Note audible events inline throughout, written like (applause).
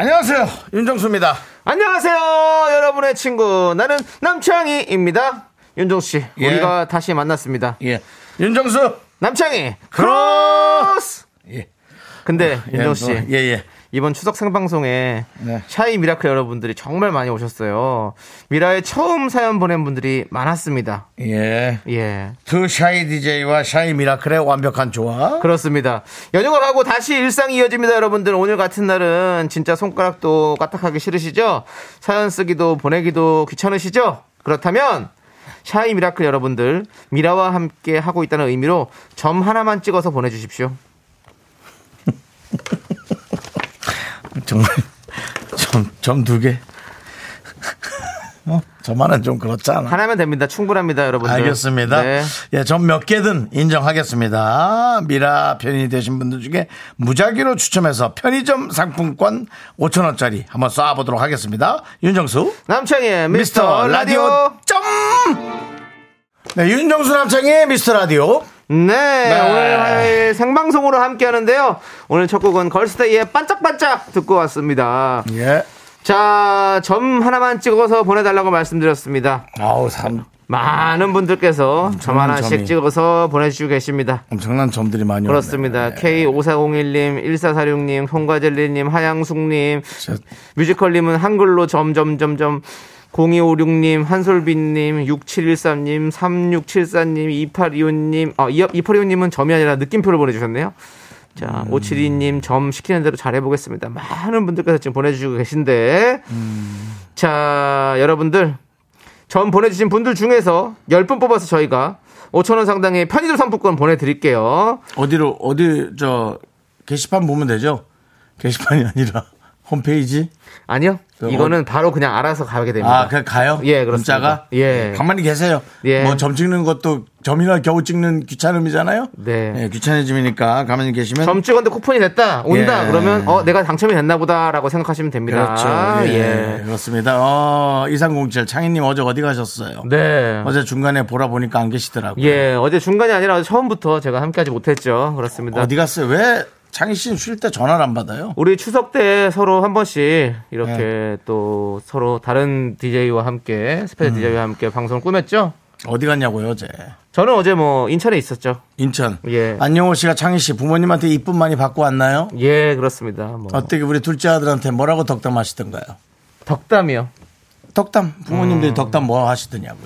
안녕하세요. 윤정수입니다. 안녕하세요, 여러분의 친구. 나는 남창희입니다. 윤종수 씨, 예. 우리가 다시 만났습니다. 예. 윤정수. 남창희, 크로스! 예. 근데, 윤종수 씨, 예, 뭐, 예, 예. 이번 추석 생방송에 네. 샤이 미라클 여러분들이 정말 많이 오셨어요. 미라에 처음 사연 보낸 분들이 많았습니다. 예. 예. 두 샤이 DJ와 샤이 미라클의 완벽한 조화. 그렇습니다. 연휴가 가고 다시 일상이 이어집니다, 여러분들. 오늘 같은 날은 진짜 손가락도 까딱하기 싫으시죠? 사연 쓰기도 보내기도 귀찮으시죠? 그렇다면 샤이 미라클 여러분들 미라와 함께 하고 있다는 의미로 점 하나만 찍어서 보내주십시오. 정말 (laughs) 점 점 두 개. 어? 저만은 좀 그렇잖아. 하나면 됩니다. 충분합니다, 여러분들. 알겠습니다. 네. 예, 전 몇 개든 인정하겠습니다. 미라 편의 되신 분들 중에 무작위로 추첨해서 편의점 상품권 5천 원짜리 한번 쏴보도록 하겠습니다. 윤정수, 남창희의 미스터 라디오. 점. 네, 윤정수 남창의 미스터 라디오. 네, 오늘 화요일 생방송으로 함께 하는데요. 오늘 첫 곡은 걸스데이의 반짝반짝 듣고 왔습니다. 예. 자, 점 하나만 찍어서 보내달라고 말씀드렸습니다. 아우 참 많은 분들께서 점 하나씩 점이. 찍어서 보내주시고 계십니다. 엄청난 점들이 많이 오네. 그렇습니다. 네. K5401님, 1446님, 홍과젤리님, 하양숙님, 저, 뮤지컬님은 한글로 점점점점 0256님, 한솔빈님, 6713님, 3674님, 2825님, 아, 2825님은 점이 아니라 느낌표를 보내주셨네요. 자, 음. 572님 점 시키는 대로 잘 해보겠습니다. 많은 분들께서 지금 보내주시고 계신데, 음. 자, 여러분들, 점 보내주신 분들 중에서 10분 뽑아서 저희가 5천원 상당의 편의점 상품권 보내드릴게요. 어디로 어디 저 게시판 보면 되죠? 게시판이 아니라 (laughs) 홈페이지. 아니요. 그럼 어- 이거는 바로 그냥 알아서 가게 됩니다. 아, 그냥 가요? 예, 그렇습니다. 문자가? 네, 예. 가만히 계세요. 예. 뭐 점 찍는 것도 점이나 겨우 찍는 귀찮음이잖아요. 네. 예, 귀찮아짐이니까 가만히 계시면 점 찍었는데 쿠폰이 됐다 온다 예. 그러면 어 내가 당첨이 됐나 보다라고 생각하시면 됩니다. 그렇죠. 예. 예. 그렇습니다. 어, 2307 창희님 어제 어디 가셨어요? 네. 어제 중간에 보라 보니까 안 계시더라고요. 예 어제 중간이 아니라 어제 처음부터 제가 함께하지 못했죠. 그렇습니다. 어디 갔어요? 왜 창희 씨는 쉴 때 전화를 안 받아요? 우리 추석 때 서로 한 번씩 이렇게 예. 또 서로 다른 DJ와 함께 음. 스페셜 DJ와 함께 방송을 꾸몄죠. 어디 갔냐고요, 어제. 저는 어제 뭐 인천에 있었죠. 인천. 예. 안영호 씨가 창희 씨 부모님한테 이쁨 많이 받고 왔나요? 예 그렇습니다. 뭐 어떻게 우리 둘째 아들한테 뭐라고 덕담하시던가요? 덕담이요. 덕담 음. 부모님들이 덕담 뭐 하시더냐고.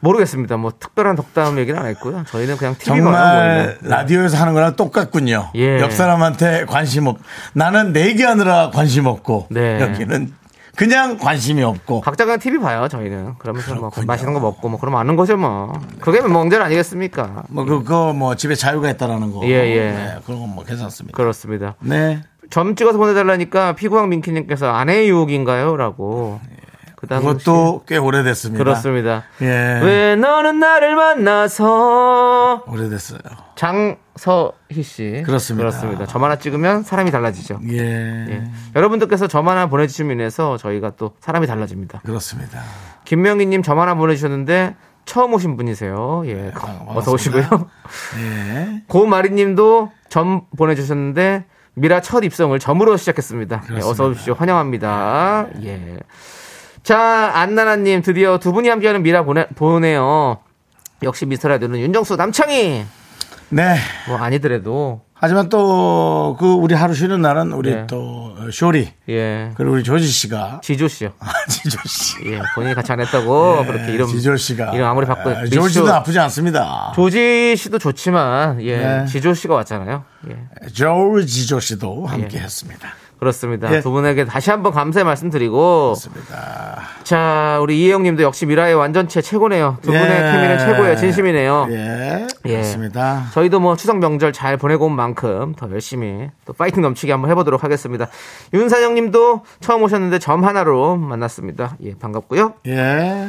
모르겠습니다. 뭐 특별한 덕담 얘기는 안 했고요. 저희는 그냥 TV거나 뭐 정말 라디오에서 하는 거랑 똑같군요. 예. 옆 사람한테 관심 없. 나는 내 얘기하느라 관심 없고 네. 여기는 그냥 관심이 없고. 각자 그냥 TV 봐요, 저희는. 그러면서 뭐 맛있는 거 먹고 뭐 그러면 아는 거죠, 뭐. 그게 뭐 명절 아니겠습니까? 뭐 그거 뭐 집에 자유가 있다라는 거. 예, 예. 네, 그런 건 뭐 괜찮습니다. 그렇습니다. 네. 점 찍어서 보내달라니까 피구왕 민키님께서 아내의 유혹인가요? 라고. 그 당시- 그것도 꽤 오래됐습니다. 그렇습니다. 예. 왜 너는 나를 만나서 오래됐어요. 장서희 씨 그렇습니다. 그렇습니다. 점 하나 찍으면 사람이 달라지죠. 예. 예. 여러분들께서 점 하나 보내주시면 인해서 저희가 또 사람이 달라집니다. 그렇습니다. 김명희님 점 하나 보내주셨는데 처음 오신 분이세요. 예, 어서 네, 반갑습니다. 오시고요. 예. 고마리님도 점 보내주셨는데 미라 첫 입성을 점으로 시작했습니다. 예, 어서 오십시오. 환영합니다. 네. 예. 자 안나나님 드디어 두 분이 함께하는 미라 보내, 보네요. 역시 미스터라디오는 윤정수 남창희 네. 뭐 아니더라도 하지만 또 그 우리 하루 쉬는 날은 우리 예. 또 쇼리 예 그리고 우리 조지 씨가 (laughs) 아, 지조 씨요. 지조 씨. 예, 예 본인이 같이 안 했다고 그렇게 이름 네, 지조 씨가 이름 아무리 바꿔 아, 조지도 아프지 않습니다. 조지 씨도 좋지만 예 네. 지조 씨가 왔잖아요. 예. 조지조 씨도 함께 했습니다. 그렇습니다. 예. 두 분에게 다시 한번 감사의 말씀드리고 좋습니다. 자 우리 이혜영님도 역시 미라의 완전체 최고네요. 두 분의 예. 케미는 최고예요. 진심이네요. 예. 예. 그렇습니다. 저희도 뭐 추석 명절 잘 보내고 온 만큼 더 열심히 또 파이팅 넘치게 한번 해보도록 하겠습니다. 윤사장님도 처음 오셨는데 점 하나로 만났습니다. 예 반갑고요. 예.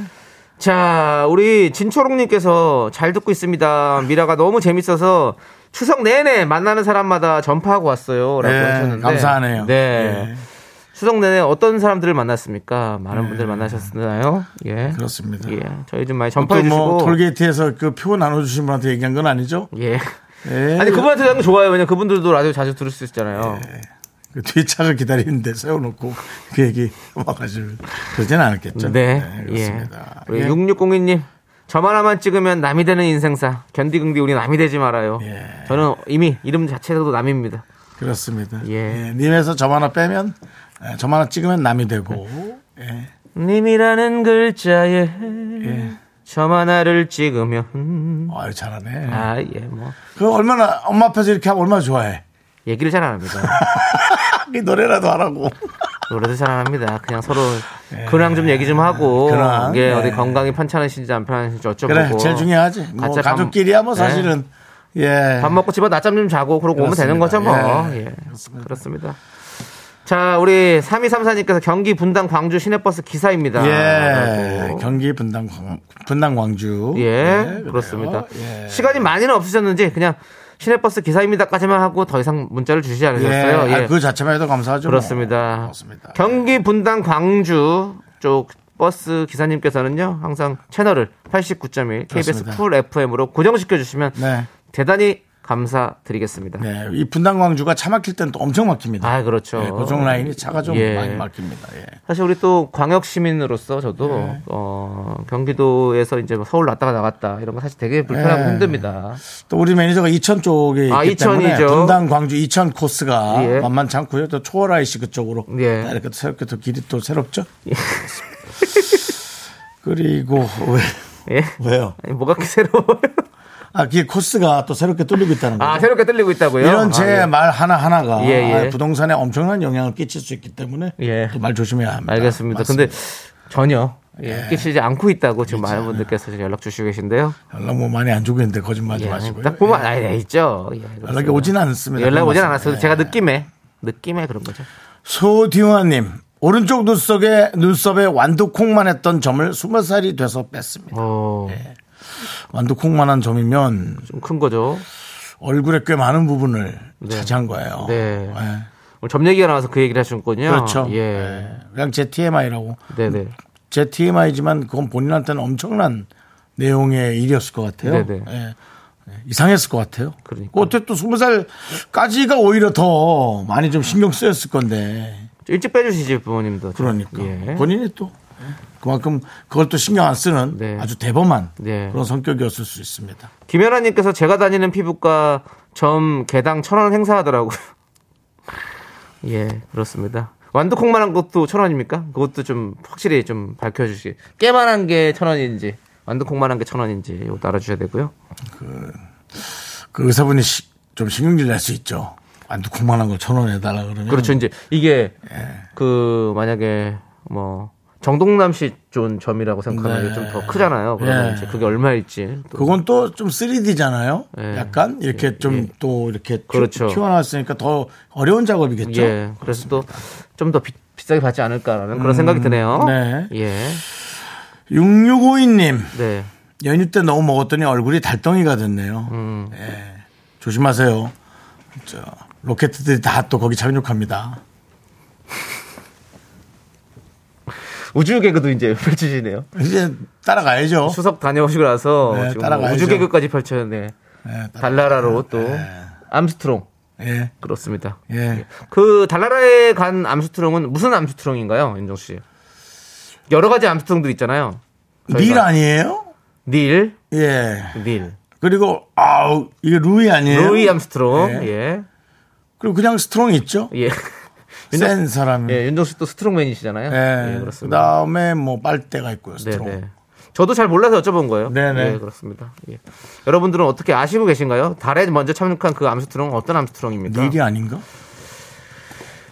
자, 우리 진초롱님께서 잘 듣고 있습니다. 미라가 너무 재밌어서 추석 내내 만나는 사람마다 전파하고 왔어요. 라고 네, 하셨는데. 감사하네요. 네. 예. 추석 내내 어떤 사람들을 만났습니까? 많은 분들 만나셨나요? 예. 네. 그렇습니다. 예. 저희 좀 많이 아. 또 전파해 주시고. 뭐 톨게이트에서 그 표 나눠주신 분한테 얘기한 건 아니죠? 예. 예. 아니, 그분한테 하는 거 좋아요. 왜냐면 그분들도 라디오 자주 들을 수 있잖아요. 그 뒷차가 기다리는데 세워놓고 그 얘기 와가지고 그러진 않았겠죠. 네. 그렇습니다. 예. 우리 예. 6602님. 저만 하나만 찍으면 남이 되는 인생사. 견디긍디 우리 남이 되지 말아요. 예. 저는 이미 이름 자체로도 남입니다. 그렇습니다. 예. 예. 님에서 점 하나 빼면 예, 점 하나 찍으면 남이 되고 네. 예. 님이라는 글자에 예. 점 하나를 찍으면 아유 잘하네. 아 예 뭐 그 얼마나 엄마 앞에서 이렇게 하면 얼마나 좋아해. (laughs) 얘기를 잘 안 합니다 이 노래라도 하라고. 노래도 잘 안 합니다 그냥 서로 근황 좀 얘기 좀 하고 예. 근황, 예 예. 어디 건강이 편찮으신지 안 편찮으신지 어쩌고 그래 제일 중요하지. 뭐 가짜 밤- 가족끼리야 뭐 예. 사실은 예. 밥 먹고 집에 낮잠 좀 자고 그러고 오면 되는 거죠 그렇습니다. 뭐 예. 예. 그렇습니다. 자 우리 3234님께서 경기 분당 광주 시내버스 기사입니다 예. 라고. 경기 분당 광, 분당 광주. 네, 예, 그래요. 그렇습니다. 예. 시간이 많이는 없으셨는지 그냥 시내버스 기사입니다까지만 하고 더 이상 문자를 주시지 않으셨어요. 예. 아, 예. 그 자체만 해도 감사하죠. 그렇습니다. 뭐. 그렇습니다. 경기 분당 광주 쪽 버스 기사님께서는요 항상 채널을 89.1 KBS 그렇습니다. 쿨 FM으로 고정시켜 주시면 네. 대단히 감사드리겠습니다. 네, 이 분당 광주가 차 막힐 때는 또 엄청 막힙니다. 아 그렇죠. 예, 고정 라인이 차가 좀 예. 많이 막힙니다. 예. 사실 우리 또 광역 시민으로서 저도 네. 어, 경기도에서 이제 뭐 서울 왔다가 나갔다 이런 거 사실 되게 불편하고 예. 힘듭니다. 또 우리 매니저가 이천 쪽에 있기 아, 때문에 이천이죠. 분당 광주 이천 코스가 예. 만만치 않고요. 또 초월아이 씨 그쪽으로 예. 다 이렇게 또 새롭게 또 길이 또 새롭죠. 그리고 왜 예. 왜요? 아니, 뭐가 그렇게 새로워요? 아, 이게 코스가 또 새롭게 뚫리고 있다는 거죠. 아, 새롭게 뚫리고 있다고요? 이런 제 아, 말 하나 하나가 아, 예, 예. 부동산에 엄청난 영향을 끼칠 수 있기 때문에 예. 또 말 조심해야 합니다. 예. 알겠습니다. 맞습니다. 근데 전혀 예, 끼치지 않고 있다고 지금 많은 분들께서 지금 연락 주시고 계신데요. 너무 뭐 많이 안 주고 있는데 거짓말하지 예, 마시고요. 딱 보면 아, 예, 있죠. 예, 연락이 오진 않습니다. 연락 오진 그건 않았어요. 맞습니다. 제가 예. 느낌에 느낌에 그런 거죠. 소디화님 오른쪽 눈썹에 눈썹에 완두콩만 했던 점을 스무 살이 돼서 뺐습니다. 어, 예. 완두콩만한 점이면 좀 큰 거죠. 얼굴에 꽤 많은 부분을 차지한 거예요. 네. 예. 오늘 점 얘기가 나와서 그 얘기를 하셨군요. 그렇죠. 예. 예. 그냥 제 TMI라고 네, 네. 제 TMI지만 그건 본인한테는 엄청난 내용의 일이었을 것 같아요. 네네. 예. 예, 이상했을 것 같아요. 그러니까요. 그 어떻게 또 스무 살까지가 오히려 더 많이 좀 신경 쓰였을 건데. 좀 일찍 빼주시지 부모님도. 좀. 그러니까 예. 본인이 또 그만큼 그걸 또 신경 안 쓰는 네. 아주 대범한 네. 그런 성격이었을 수 있습니다. 김연아님께서 제가 다니는 피부과 점 개당 천 원 행사하더라고요. (laughs) 예, 그렇습니다. 완두콩만한 것도 천 원입니까? 그것도 좀 확실히 좀 밝혀주시. 깨만한 게 천 원인지 완두콩만한 게 천 원인지 이거 알아주셔야 되고요. 그 의사분이 시- 좀 신경질 낼 수 있죠. 완두 콩만한 걸 천 원 해달라 그러면 그렇죠. 이제 이게 그 만약에 뭐 정동남 씨존 점이라고 생각하면 네. 이게 좀 더 크잖아요. 그러면 예. 이제 그게 얼마일지. 또 그건 또 좀 3D잖아요. 예. 약간 이렇게 예, 예. 좀 또 이렇게 그렇죠. 튀어나왔으니까 더 어려운 작업이겠죠. 예, 그래서 또 좀 더 비싸게 받지 않을까라는 그런 생각이 음, 드네요. 네. 예, 6652님 네. 연휴 때 너무 먹었더니 얼굴이 달덩이가 됐네요. 음. 예. 조심하세요. 저 로켓들이 다 또 거기 착륙합니다. 우주 개그도 이제 (laughs) 펼치시네요. 이제 따라가야죠. 어? 추석 다녀오시고 나서 네, 지금 뭐 따라가야죠. 우주 개그까지 펼쳤네. 예, 따라- 달나라로 또 예. 암스트롱 예. 그렇습니다. 예. 그 달나라에 간 암스트롱은 무슨 암스트롱인가요, 윤정 씨? 여러 가지 암스트롱들 있잖아요. 닐 아니에요? 닐, 예. 닐, 그리고 아우 이게 루이 아니에요? 로이 암스트롱, 예. 예, 그리고 그냥 스트롱 있죠? 예, 센 사람이. 예. 윤정 씨또 스트롱맨이시잖아요. 예. 예, 그렇습니다. 그다음에 뭐 빨대가 있고요. 스트롱. 네네. 저도 잘 몰라서 여쭤본 거예요. 네네. 예, 그렇습니다. 예. 여러분들은 어떻게 아시고 계신가요? 달에 먼저 착륙한 그 암스트롱은 어떤 암스트롱입니까? 닐이 아닌가?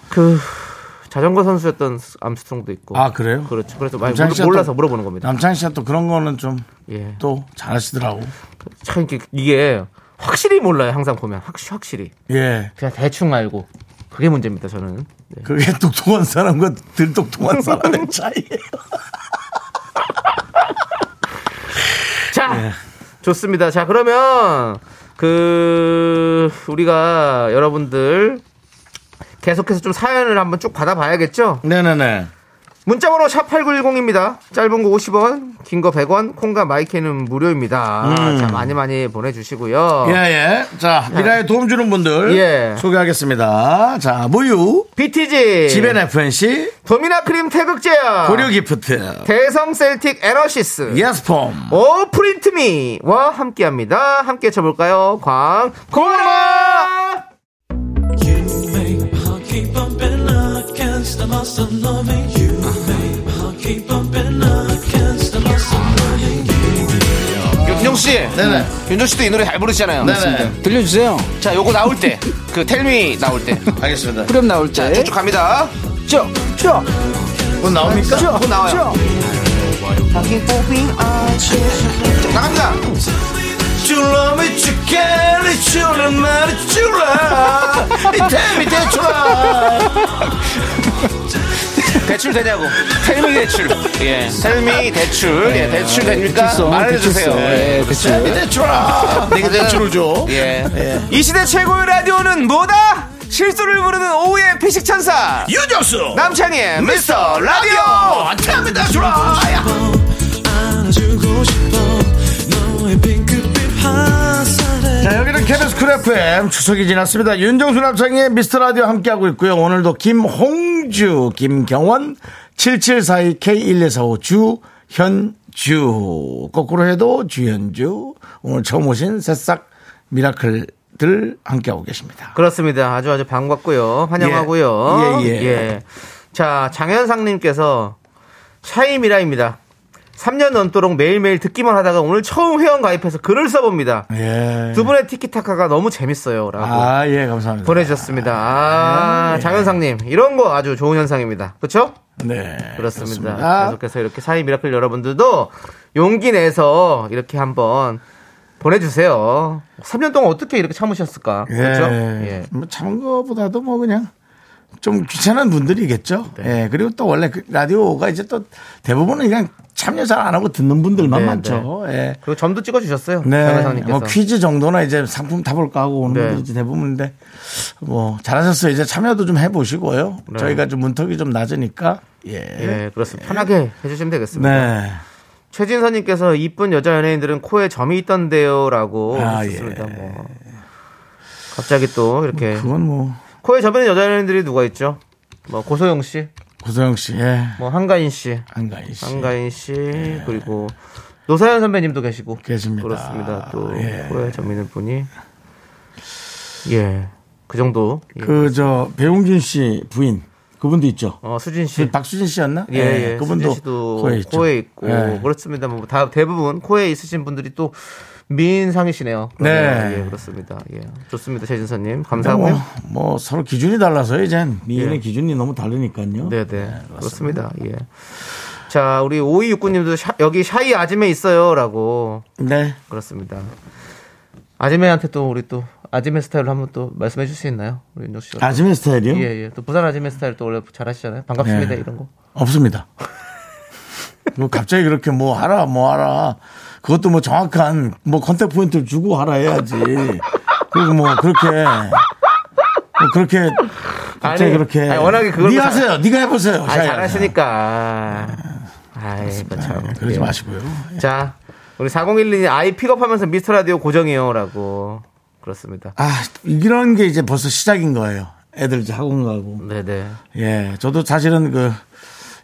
그 자전거 선수였던 암스트롱도 있고. 아, 그래요? 그렇죠. 그래서 많이 남창희 씨가 몰라, 또- 서 물어보는 겁니다. 남창희 씨가 또 그런 거는 좀 또 예. 잘하시더라고. 참 이게, 이게 확실히 몰라요. 항상 보면 확실 확실히 예. 그냥 대충 알고 그게 문제입니다. 저는. 네. 그게 (laughs) 똑똑한 사람과 덜 똑똑한 (laughs) 사람의 차이예요. 네. 자, 좋습니다. 자, 그러면 그 우리가 여러분들 계속해서 좀 사연을 한번 쭉 받아봐야겠죠? 네네네. 문자번호 샵 8910입니다. 짧은 거 50원, 긴 거 100원, 콩과 마이크는 무료입니다. 자, 많이 많이 보내주시고요. 예예. 자 미라에 도움 주는 분들 어. 네. 예. 소개하겠습니다. 자 무유, BTG, 지벤 FNC, 도미나 크림 태극제야, 고려 기프트, 대성 셀틱 에너시스, 예스폼, 오 프린트미와 함께합니다. 함께 쳐볼까요? 광 고라. 윤정 씨, 네네. 음, 윤정 씨도 이 노래 잘 부르시잖아요. 네네. 들려주세요. 자, 요거 나올 때, 그 텔미 나올 때, 알겠습니다. 그럼 나올 때. 쭉쭉 갑니다. 쭉, 쭉, 곧 나옵니까? 그렇죠. 쭉 나와요. 쭉 나갑니다. You love me, you care, you love me, you love. 이 템이 대출아. 대출 되냐고. 텔미 대출. 예. 텔미 대출. 예, 대출 네, 됩니까? 대출성, 말해주세요. 대출성. 예. 예, 이 그쵸. 대출아. 내게 대출을 네, 줘. 예. 예. 이 시대 최고의 라디오는 뭐다? 실수를 부르는 오후의 피식천사. 유정수. 남창희의 미스터 라디오! 어, 템이 대출아. 야. 자 여기는 KBS 쿨 FM 추석이 지났습니다 윤정수 남창의 미스터라디오 함께하고 있고요 오늘도 김홍주 김경원 7742 K1245 주현주 거꾸로 해도 주현주 오늘 처음 오신 새싹 미라클들 함께하고 계십니다 그렇습니다. 아주 아주 반갑고요. 환영하고요. 예, 예, 예. 자, 장현상님께서 샤이미라입니다. 3년 넘도록 매일매일 듣기만 하다가 오늘 처음 회원 가입해서 글을 써봅니다. 예. 두 분의 티키타카가 너무 재밌어요. 라고 아 예 감사합니다 네. 보내주셨습니다. 아, 장현상님. 이런 거 아주 좋은 현상입니다. 그쵸? 네 아, 그렇습니다. 계속해서 이렇게 사이 미라클 여러분들도 용기 내서 이렇게 한번 보내주세요. 3년 동안 어떻게 이렇게 참으셨을까? 예. 그렇죠? 뭐 참은 거보다도 뭐 그냥 좀 귀찮은 분들이겠죠. 네. 예. 그리고 또 원래 그 라디오가 이제 또 대부분은 그냥 참여 잘 안 하고 듣는 분들만 네, 많죠. 예. 그리고 점도 찍어주셨어요. 네. 장현상님께서. 뭐 퀴즈 정도나 이제 상품 타볼까 하고 오는 네. 분들이 이제 대부분인데 뭐 잘하셨어요. 이제 참여도 좀 해보시고요. 네. 저희가 좀 문턱이 좀 낮으니까. 예. 예, 그렇습니다. 편하게 해주시면 되겠습니다. 네. 최진선님께서 이쁜 여자 연예인들은 코에 점이 있던데요라고 아, 하셨습니다. 뭐. 갑자기 또 이렇게 그건 뭐 코에 점 있는 여자 연예인들이 누가 있죠? 뭐 고소영 씨, 고소영 씨, 예. 뭐 한가인 씨, 한가인 씨. 예. 한가인 씨 그리고 노사연 선배님도 계시고 계십니다. 그렇습니다. 또 예. 코에 점 있는 분이 예, 그 정도. 예. 그 저 배용준 씨 부인 그분도 있죠. 어, 수진 그 씨. 박수진 씨였나? 예, 예, 그분도 수진 씨도 코에 있죠. 고 예. 그렇습니다. 뭐 다 대부분 코에 있으신 분들이 또 미인상이시네요. 네. 예, 그렇습니다. 예, 좋습니다, 최진선님 감사하고요. 뭐, 뭐 서로 기준이 달라서 이젠 미인의 예. 기준이 너무 다르니까요. 네, 네, 그렇습니다. 예. 자, 우리 오이육구님도 샤- 여기 샤이 아지매 있어요라고 네. 그렇습니다. 아지매한테 또 우리 또 아지매 스타일로 한번 또 말씀해 줄 수 있나요, 우리 윤정 씨? 아지매 스타일이요? 예, 예. 또 부산 아지매 스타일 또 원래 잘하시잖아요. 반갑습니다 예. 이런 거. (laughs) 없습니다. 뭐 갑자기 그렇게 뭐 하라 뭐 하라 그것도 뭐 정확한 뭐 컨택 포인트를 주고 하라 해야지. 그리고 뭐 그렇게 뭐 그렇게 갑자기 아니, 그렇게 아니, 워낙에 그걸 네 잘- 하세요. 네가 해보세요. 아, 샤이야. 잘하시니까. 아이, 그 참. 네, 그러지 예. 마시고요. 자, 우리 4012님 아이 픽업하면서 미스터 라디오 고정이요라고 그렇습니다. 아 이런 게 이제 벌써 시작인 거예요. 애들 이제 학원 가고 네네. 예, 저도 사실은 그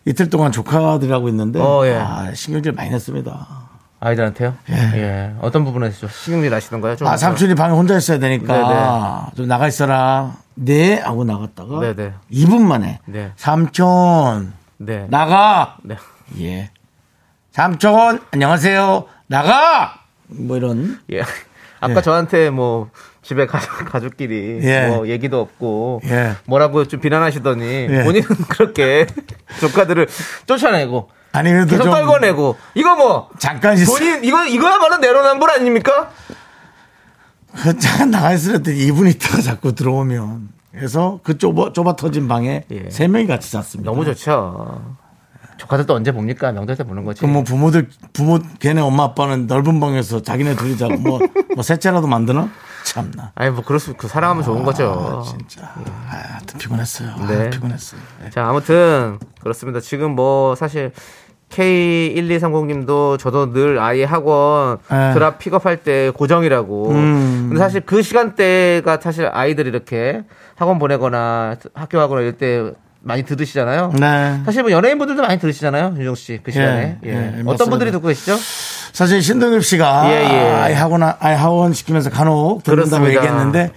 이틀 동안 조카들하고 있는데 어, 예. 아, 신경질 많이 냈습니다. 아, 아이들한테요? 예. 어떤 부분에서 좀 신경질 나시는 거예요? 좀 아 삼촌이 방에 혼자 있어야 되니까 그렇죠. 네네. 좀 나가 있어라. 네 하고 나갔다가 네네. 2분 만에 네. 삼촌 네. 나가 네. 예 삼촌 안녕하세요 나가 뭐 이런 (laughs) 예. 아까 예. 저한테 뭐 집에 가족, 가족끼리 예. 뭐 얘기도 없고 예. 뭐라고 좀 비난하시더니 본인은 (laughs) 그렇게 조카들을 쫓아내고 아니 그래도 계속 좀 떨궈내고 이거 뭐 잠깐씩 본인 이거 이거야말로 내로남불 아닙니까? 그 (laughs) 잠깐 나가 있을 때 2분 있다가 자꾸 들어오면 그래서 그 좁아, 좁아 터진 방에 예. 세 명이 같이 잤습니다. 너무 좋죠. 조카들 또 언제 봅니까? 명절 때 보는 거지. 그럼 뭐 부모들 부모 걔네 엄마 아빠는 넓은 방에서 자기네 둘이 자고 뭐, (laughs) 뭐 셋째라도 만드나? 참나. 아니 뭐 그럴 수그 사랑하면 좋은 거죠. 아, 진짜. 아, 하여튼 피곤했어요. 아, 네. 피곤했어요. 예. 자, 아무튼 그렇습니다. 지금 뭐 사실 K1230님도 저도 늘 아이 학원 예. 드랍 픽업할 때 고정이라고. 음. 근데 사실 그 시간대가 사실 아이들 이렇게 학원 보내거나 학교 가거나 이럴 때 많이 들으시잖아요. 네. 사실 뭐 연예인분들도 많이 들으시잖아요. 윤정 씨 그 시간에. 예, 예. 예, 맞습니다. 어떤 분들이 듣고 계시죠? 사실 신동엽 씨가 예, 예. 아이 학원 아이 학원 시키면서 간혹 들은다고 그렇습니다. 얘기했는데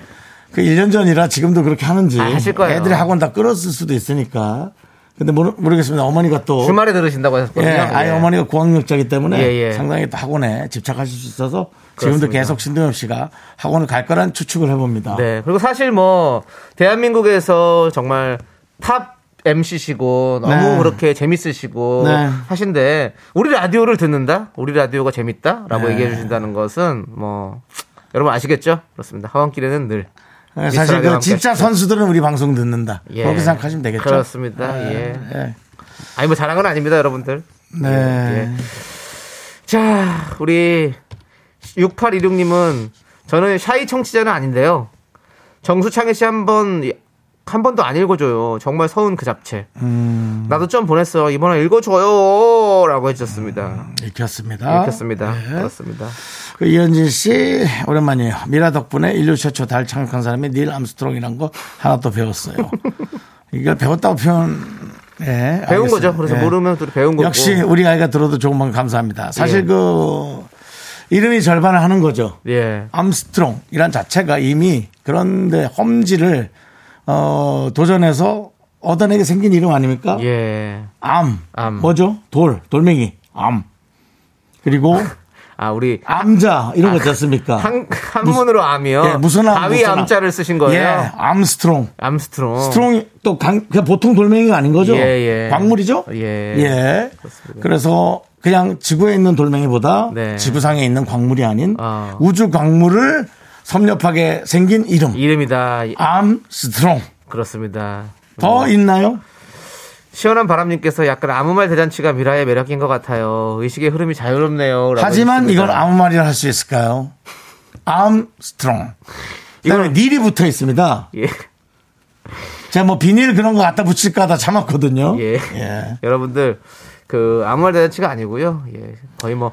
그 1년 전이라 지금도 그렇게 하는지 아, 하실 거예요. 애들이 학원 다 끌었을 수도 있으니까. 근데 모르, 모르겠습니다. 어머니가 또 주말에 들으신다고 하셨거든요. 예, 아이 예. 어머니가 고학력자이기 때문에 예, 예. 상당히 또 학원에 집착하실 수 있어서 지금도 그렇습니다. 계속 신동엽 씨가 학원을 갈 거란 추측을 해봅니다. 네. 그리고 사실 뭐 대한민국에서 정말 탑 MC시고 너무 네. 그렇게 재밌으시고 네. 하신데 우리 라디오를 듣는다, 우리 라디오가 네. 재밌다라고 얘기해 주신다는 것은 뭐 여러분 아시겠죠? 그렇습니다. 하원길에는 늘 사실 미스터라디오와 그 함께 진짜 하시죠. 선수들은 우리 방송 듣는다. 그렇게 생각하시면 되겠죠. 그렇습니다. 예. 예. 아니 뭐 잘한 건 아닙니다, 여러분들. 네. 자, 우리 6816님은 저는 샤이 청취자는 아닌데요. 정수창의 씨한번한 번도 안 읽어줘요. 정말 서운 그 잡채. 음. 나도 좀 보냈어. 이번에 읽어줘요라고 해주셨습니다. 음. 읽혔습니다. 예. 읽혔습니다. 네. 그렇습니다. 그 이현진 씨 오랜만이에요. 미라 덕분에 인류 최초 달 착륙한 사람이 닐 암스트롱이란 거 하나 또 (laughs) 배웠어요. 이걸 배웠다고 표현 예, 배운 알겠습니다. 거죠. 그래서 예. 모르면 또 배운 거고. 역시 우리 아이가 들어도 조금만 감사합니다. 사실 예. 그 이름이 절반을 하는 거죠. 예. 암스트롱이란 자체가 이미 그런데 험지를 어, 도전해서 얻어내게 생긴 이름 아닙니까? 예. 암. 암. 뭐죠? 돌, 돌멩이, 암. 그리고 아 우리 암자 이런 거 있지 않습니까? 아, 한 한문으로 암이요. 아, 예, 무슨 암? 가위 무슨 암. 암자를 쓰신 거예요. 예, 암스트롱. 암스트롱. 스트롱이 또 강, 그냥 보통 돌멩이가 아닌 거죠? 어. 예, 예. 광물이죠? 예. 그렇습니다. 그래서 그냥 지구에 있는 돌멩이보다 네. 지구상에 있는 광물이 아닌 어. 우주 광물을 섭렵하게 생긴 이름. 예. 이름이다. 암스트롱. 그렇습니다. 음. 더 있나요? 시원한 바람님께서 약간 아무 말 대잔치가 미라의 매력인 것 같아요. 의식의 흐름이 자유롭네요. 라고 하지만 했습니다. 이걸 아무 말이나 할 수 있을까요? 암스트롱. 그다음에 이걸- 닐이 붙어 있습니다. 예. 제가 뭐 비닐 그런 거 갖다 붙일까 하다 참았거든요. 예. 여러분들 그 아무 말 대잔치가 아니고요. 예. 거의 뭐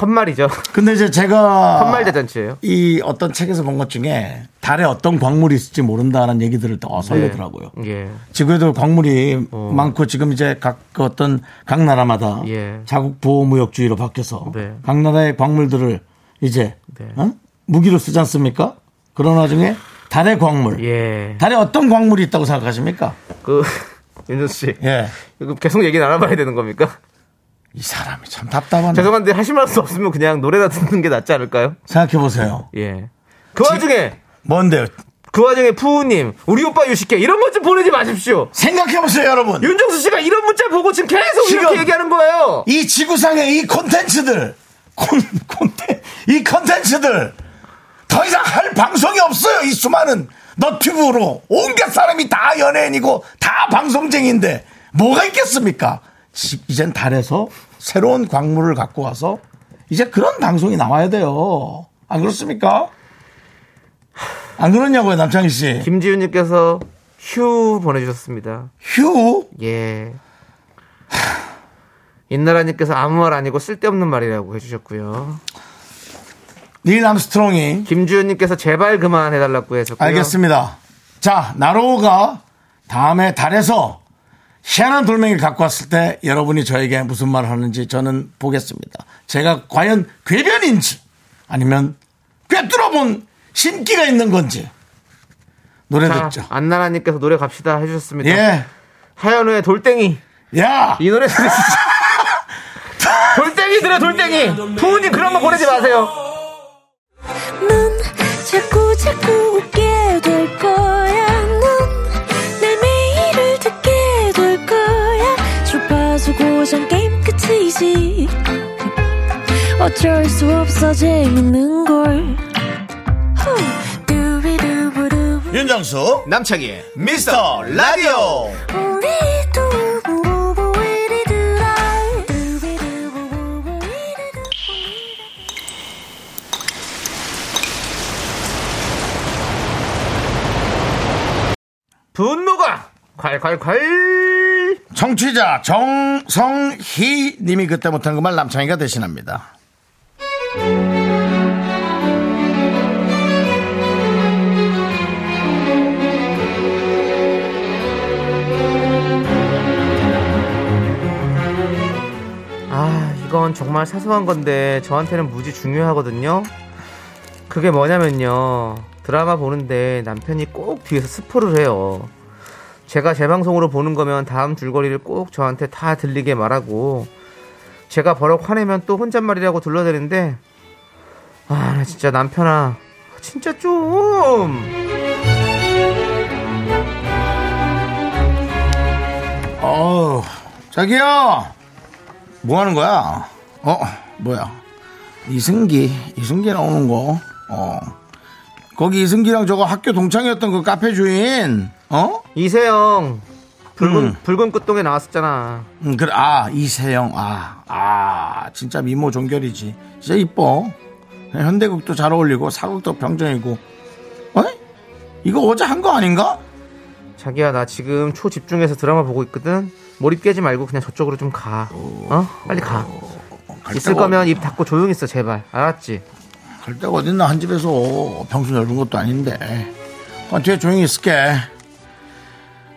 헛말이죠. 근데 이제 제가 헛말 대잔치예요. 이 어떤 책에서 본 것 중에 달에 어떤 광물이 있을지 모른다는 얘기들을 또 설레더라고요. 예. 지구에도 광물이 많고 지금 이제 각그 어떤 각 나라마다 어. 예. 자국 보호 무역주의로 바뀌어서 네. 각 나라의 광물들을 이제 네. 어? 무기로 쓰지 않습니까? 그런 와중에 달의 광물, 예. 달에 어떤 광물이 있다고 생각하십니까? 그 윤준 씨. 예, 이거 계속 얘기 나눠봐야 되는 겁니까? 이 사람이 참 답답하네. 죄송한데 하실 말씀 없으면 그냥 노래나 듣는 게 낫지 않을까요? 생각해 보세요. 예. 그 와중에 뭔데요? 그 와중에 푸우님 우리 오빠 유식해 이런 것 좀 보내지 마십시오. 생각해 보세요, 여러분. 윤정수 씨가 이런 문자 보고 지금 계속 지금- 이렇게 얘기하는 거예요. 이 지구상의 이 콘텐츠들 콘, 콘텐, 이 콘텐츠들 더 이상 할 방송이 없어요 이 수많은 너튜브로 온갖 사람이 다 연예인이고 다 방송쟁인데 뭐가 있겠습니까 지- 이젠 달에서 새로운 광물을 갖고 와서 이제 그런 방송이 나와야 돼요 안 그렇습니까 안 그러냐고요 남창희 김지윤님께서 휴 보내주셨습니다. 씨휴 예. 인나라님께서 아무 말 아니고 쓸데없는 말이라고 해주셨고요. 닐 암스트롱이 김지윤님께서 제발 그만 해달라고 해주셨고요. 알겠습니다. 자, 나로우가 다음에 달에서 희한한 돌멩이를 갖고 왔을 때 여러분이 저에게 무슨 말을 하는지 저는 보겠습니다. 제가 과연 괴변인지 아니면 꿰뚫어본 신기가 있는 건지 노래 자, 듣죠. 아, 안나라님께서 노래 갑시다 해주셨습니다. 네. 예. 하현우의 돌덩이 야! 이 노래 (laughs) 들으시죠. 돌덩이 들어 돌덩이. 부모님 그런 거 보내지 마세요. 넌 어쩔 수 없어 재밌는 걸 후. 두비두부두. 윤정수 남창희의 미스터 라디오 우리 두부부부 우리 두라. 두비두부부부 우리 두부부. 분노가 콸콸콸 정취자 정성희 님이 그때 못한 그 말 남창희가 대신합니다 아, 이건 정말 사소한 건데 저한테는 무지 중요하거든요. 그게 뭐냐면요. 드라마 보는데 남편이 꼭 뒤에서 스포를 해요. 제가 재방송으로 보는 거면 다음 줄거리를 꼭 저한테 다 들리게 말하고 제가 버럭 화내면 또 혼잣말이라고 둘러대는데 아, 나 진짜 남편아. 진짜 좀 어우 자기야 뭐 하는 거야 어 뭐야 이승기 이승기 나오는 거어 거기 이승기랑 저거 학교 동창이었던 그 카페 주인 어 이세영 붉은 음. 붉은 끝동에 나왔었잖아. 음, 그래, 아, 이세영, 아, 아, 진짜 미모 종결이지. 진짜 이뻐. 현대극도 잘 어울리고, 사극도 병정이고. 어? 이거 어제 한 거 아닌가? 자기야 나 지금 초집중해서 드라마 보고 있거든 몰입 깨지 말고 그냥 저쪽으로 좀 가 어? 빨리 가 어, 갈 있을 데가 거면 입 닫고 조용히 있어 제발 알았지? 어디- 갈 데가 어딨나, 한 집에서. 병수 넓은 것도 아닌데. 어, 뒤에 조용히 있을게.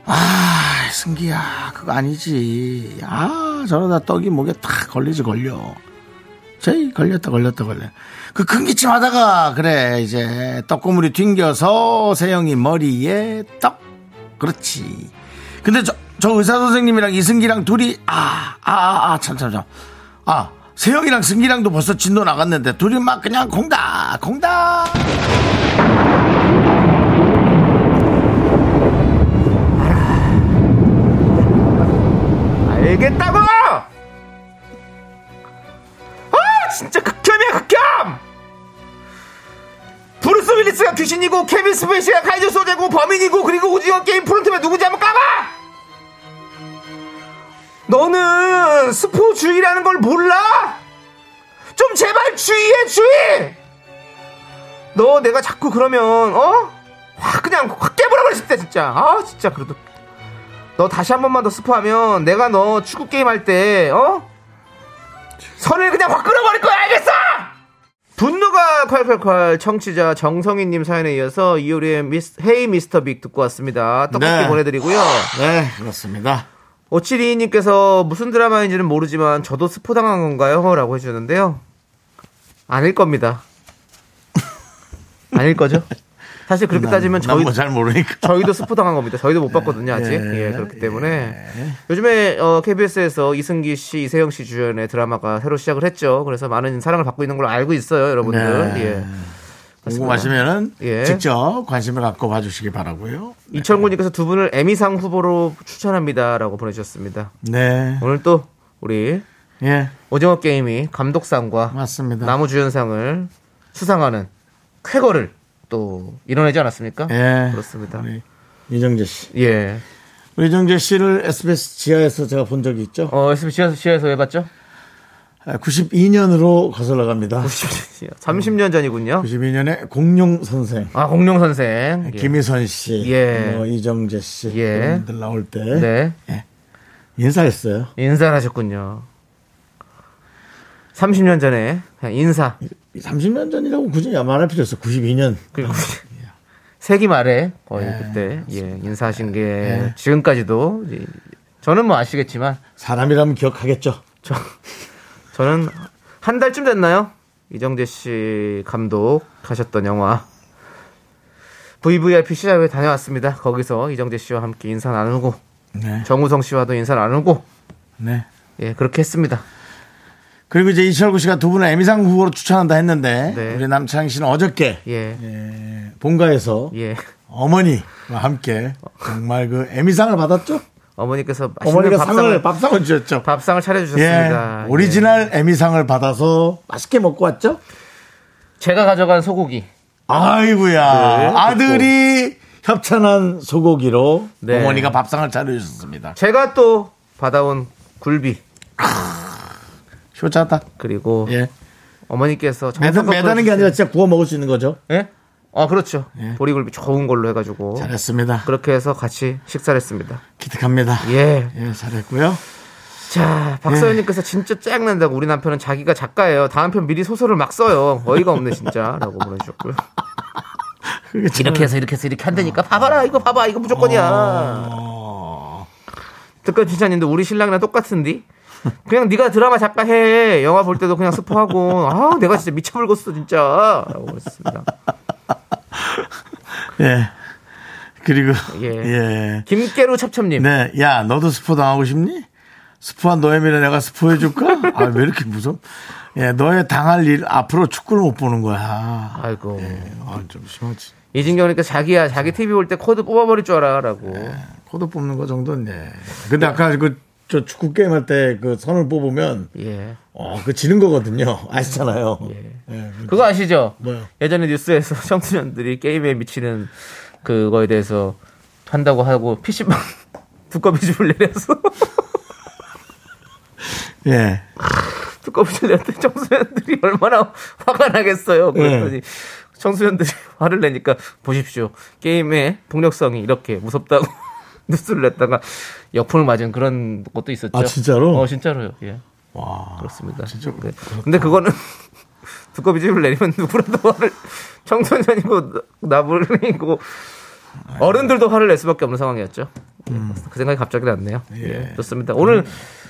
아, 승기야, 그거 아니지. 아, 저러다 떡이 목에 탁 걸리지, 걸려. 제이 걸렸다 걸렸다 걸려. 그 큰 기침 하다가 그래 이제 떡고물이 튕겨서 세영이 머리에 떡. 그렇지. 근데 저, 저 의사 선생님이랑 이승기랑 둘이 아, 아아아참참참 아 세영이랑 승기랑도 벌써 진도 나갔는데 둘이 막 그냥 공다 공다. 알겠다고! 아 진짜 극혐이야 극혐! 브루스 윌리스가 귀신이고 케빈 스페이시가 카이저 소재고 범인이고 그리고 오징어 게임 프론트맨 누구지 한번 까봐! 너는 스포 주의라는 걸 몰라? 좀 제발 주의해 주의! 너 내가 자꾸 그러면 어? 확 그냥 확 깨버려 버릴 때 진짜 아 진짜 그래도 너 다시 한 번만 더 스포하면 내가 너 축구 게임 할 때 어? 선을 그냥 확 끊어버릴 거야 알겠어? 분노가 콸콸콸 청취자 정성희님 사연에 이어서 이효리의 미스, 헤이 미스터 빅 듣고 왔습니다 떡볶이 네. 보내드리고요 네 그렇습니다. 5722님께서 무슨 드라마인지는 모르지만 저도 스포 당한 건가요? 라고 해주셨는데요. 아닐 겁니다. 아닐 거죠? 사실 그렇게 따지면 저희, 난뭐잘 모르니까. 저희도 스포 당한 겁니다. 저희도 못 봤거든요, 아직. 예, 예, 그렇기 때문에. 네. 요즘에 KBS에서 이승기 씨, 이세영 씨 주연의 드라마가 새로 시작을 했죠. 그래서 많은 사랑을 받고 있는 걸로 알고 있어요, 여러분들. 네. 예. 궁금하시면은 예. 직접 관심을 갖고 봐주시기 바라고요. 이철구님께서 두 분을 에미상 후보로 추천합니다라고 보내주셨습니다. 네. 오늘 또 우리 예. 오징어 게임이 감독상과 맞습니다. 나무 주연상을 수상하는 쾌거를 또 이뤄내지 않았습니까? 예. 그렇습니다. 우리 이정재 씨. 예. 우리 이정재 씨를 SBS 지하에서 제가 본 적이 있죠. 어, SBS 시에서 왜 봤죠? (laughs) 92년으로 거슬러 갑니다. 30년 전이군요. 92년에 공룡 선생. 아, 공룡 선생. 예. 네, 김희선 씨, 예. 뭐 이정재 씨 예. 이분들 나올 때 네. 인사했어요. 인사를 하셨군요. 30년 전에 그냥 인사. 30년 전이라고 굳이 말할 필요 없어. 92년. 그리고 네. (laughs) 세기 말에 거의 그때 예, 인사하신 게 네. 지금까지도 이- 저는 뭐 아시겠지만 사람이라면 기억하겠죠. 저, 저는 한 달쯤 됐나요? 이정재 씨 감독 하셨던 영화 VVIP 시작에 다녀왔습니다. 거기서 이정재 씨와 함께 인사 나누고 네. 정우성 씨와도 인사 나누고 네. 예 그렇게 했습니다. 그리고 이제 이철구 씨가 두 분을 애미상 후보로 추천한다 했는데 네. 우리 남창희 씨는 어저께 예 예, 본가에서 예. 어머니와 함께 정말 그 애미상을 받았죠? 어머니께서 맛있는 어머니가 상을 아, 밥상을 밥상을 주셨죠. 밥상을 예, 차려주셨습니다. 예. 오리지널 에미상을 받아서 맛있게 먹고 왔죠. 예. 제가 가져간 소고기. 네. 아이고야 아들이 협찬한 소고기로 네. 어머니가 밥상을 차려주셨습니다. 제가 또 받아온 굴비 효자다. 그리고 예, 어머니께서 매다, 정성껏 매다는 게 아니라 진짜 구워 먹을 수 있는 거죠. 예? 아 그렇죠. 예. 보리굴비 좋은 걸로 해가지고 잘했습니다. 그렇게 해서 같이 식사를 했습니다. 기특합니다. 예. 예, 잘했고요. 자 박서연님께서 진짜 짜증난다고 우리 남편은 자기가 작가예요. 다음 편 미리 소설을 막 써요. 어이가 없네 진짜라고 보내주셨고요. 이렇게 해서 이렇게 해서 이렇게 한다니까 봐봐라 이거 봐봐 이거 무조건이야. 특급 진짜님도 우리 신랑이랑 똑같은디? 그냥 네가 드라마 작가 해. 영화 볼 때도 그냥 스포하고 아 내가 진짜 미쳐버렸어 진짜라고 그랬습니다. 예. 그리고 예. 예. 김깨루 찹찹님. 네, 야, 너도 스포 당하고 싶니? 스포한 노예미를 내가 스포해 줄까? 아, 왜 이렇게 무섭? 예, 너의 당할 일 앞으로 축구를 못 보는 거야. 아이고 아, 좀 심하지. 이진경이니까 자기야 자기 TV 볼 때 코드 뽑아버릴 줄 알아라고. 코드 뽑는 거 정도는 예. 근데 아까 그 저 축구 게임 할 때 그 선을 뽑으면 예. 어, 그 지는 거거든요. (laughs) 아시잖아요. 예. 그거 아시죠? 뭐요? 예전에 뉴스에서 (laughs) 청소년들이 게임에 미치는 그거에 대해서 한다고 하고 PC방 (laughs) 두꺼비집을 내려서 (laughs) 예. 두꺼비집을 내렸더니 청소년들이 얼마나 화가 나겠어요. 네. 그랬더니 청소년들이 화를 내니까 보십시오. 게임의 폭력성이 이렇게 무섭다고 (laughs) 뉴스를 냈다가 역풍을 맞은 그런 것도 있었죠. 아, 진짜로? 어, 진짜로요. 예. 와. 그렇습니다. 진짜 네. 근데 그거는 (laughs) 두꺼비 집을 내리면 누구라도 화를 청소년이고 나불이고 어른들도 화를 낼 수밖에 없는 상황이었죠. 예, 그 생각이 갑자기 났네요. 음. 예. 예, 좋습니다. 오늘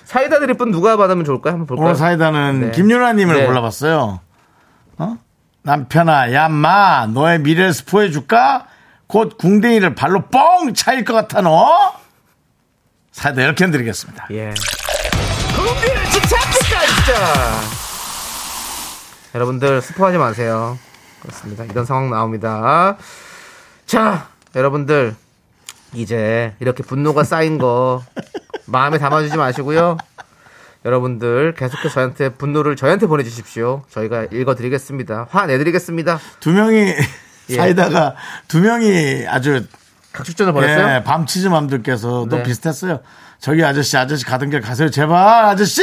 사이다 드립분 누가 받으면 좋을까요? 한번 볼까요? 오늘 사이다는 네. 김윤아님을 네. 골라봤어요. 어? 남편아, 야, 마, 너의 미래를 스포해줄까? 곧 궁뎅이를 발로 뻥 차일 것 같아, 너? 사이다 10캔 드리겠습니다. 예. 공기를 지참했다 진짜. 여러분들 스포하지 마세요. 그렇습니다. 이런 상황 나옵니다. 자, 여러분들 이제 이렇게 분노가 쌓인 거 마음에 담아주지 마시고요. 여러분들 계속해서 저한테 분노를 저한테 보내주십시오. 저희가 읽어드리겠습니다. 화내드리겠습니다. 두 명이, (laughs) 예. 사이다가 두 명이 아주, 각축전을 보냈어요. 예, 밤치즈맘들께서도 네. 비슷했어요. 저기 아저씨, 아저씨 가던 길 가세요. 제발, 아저씨!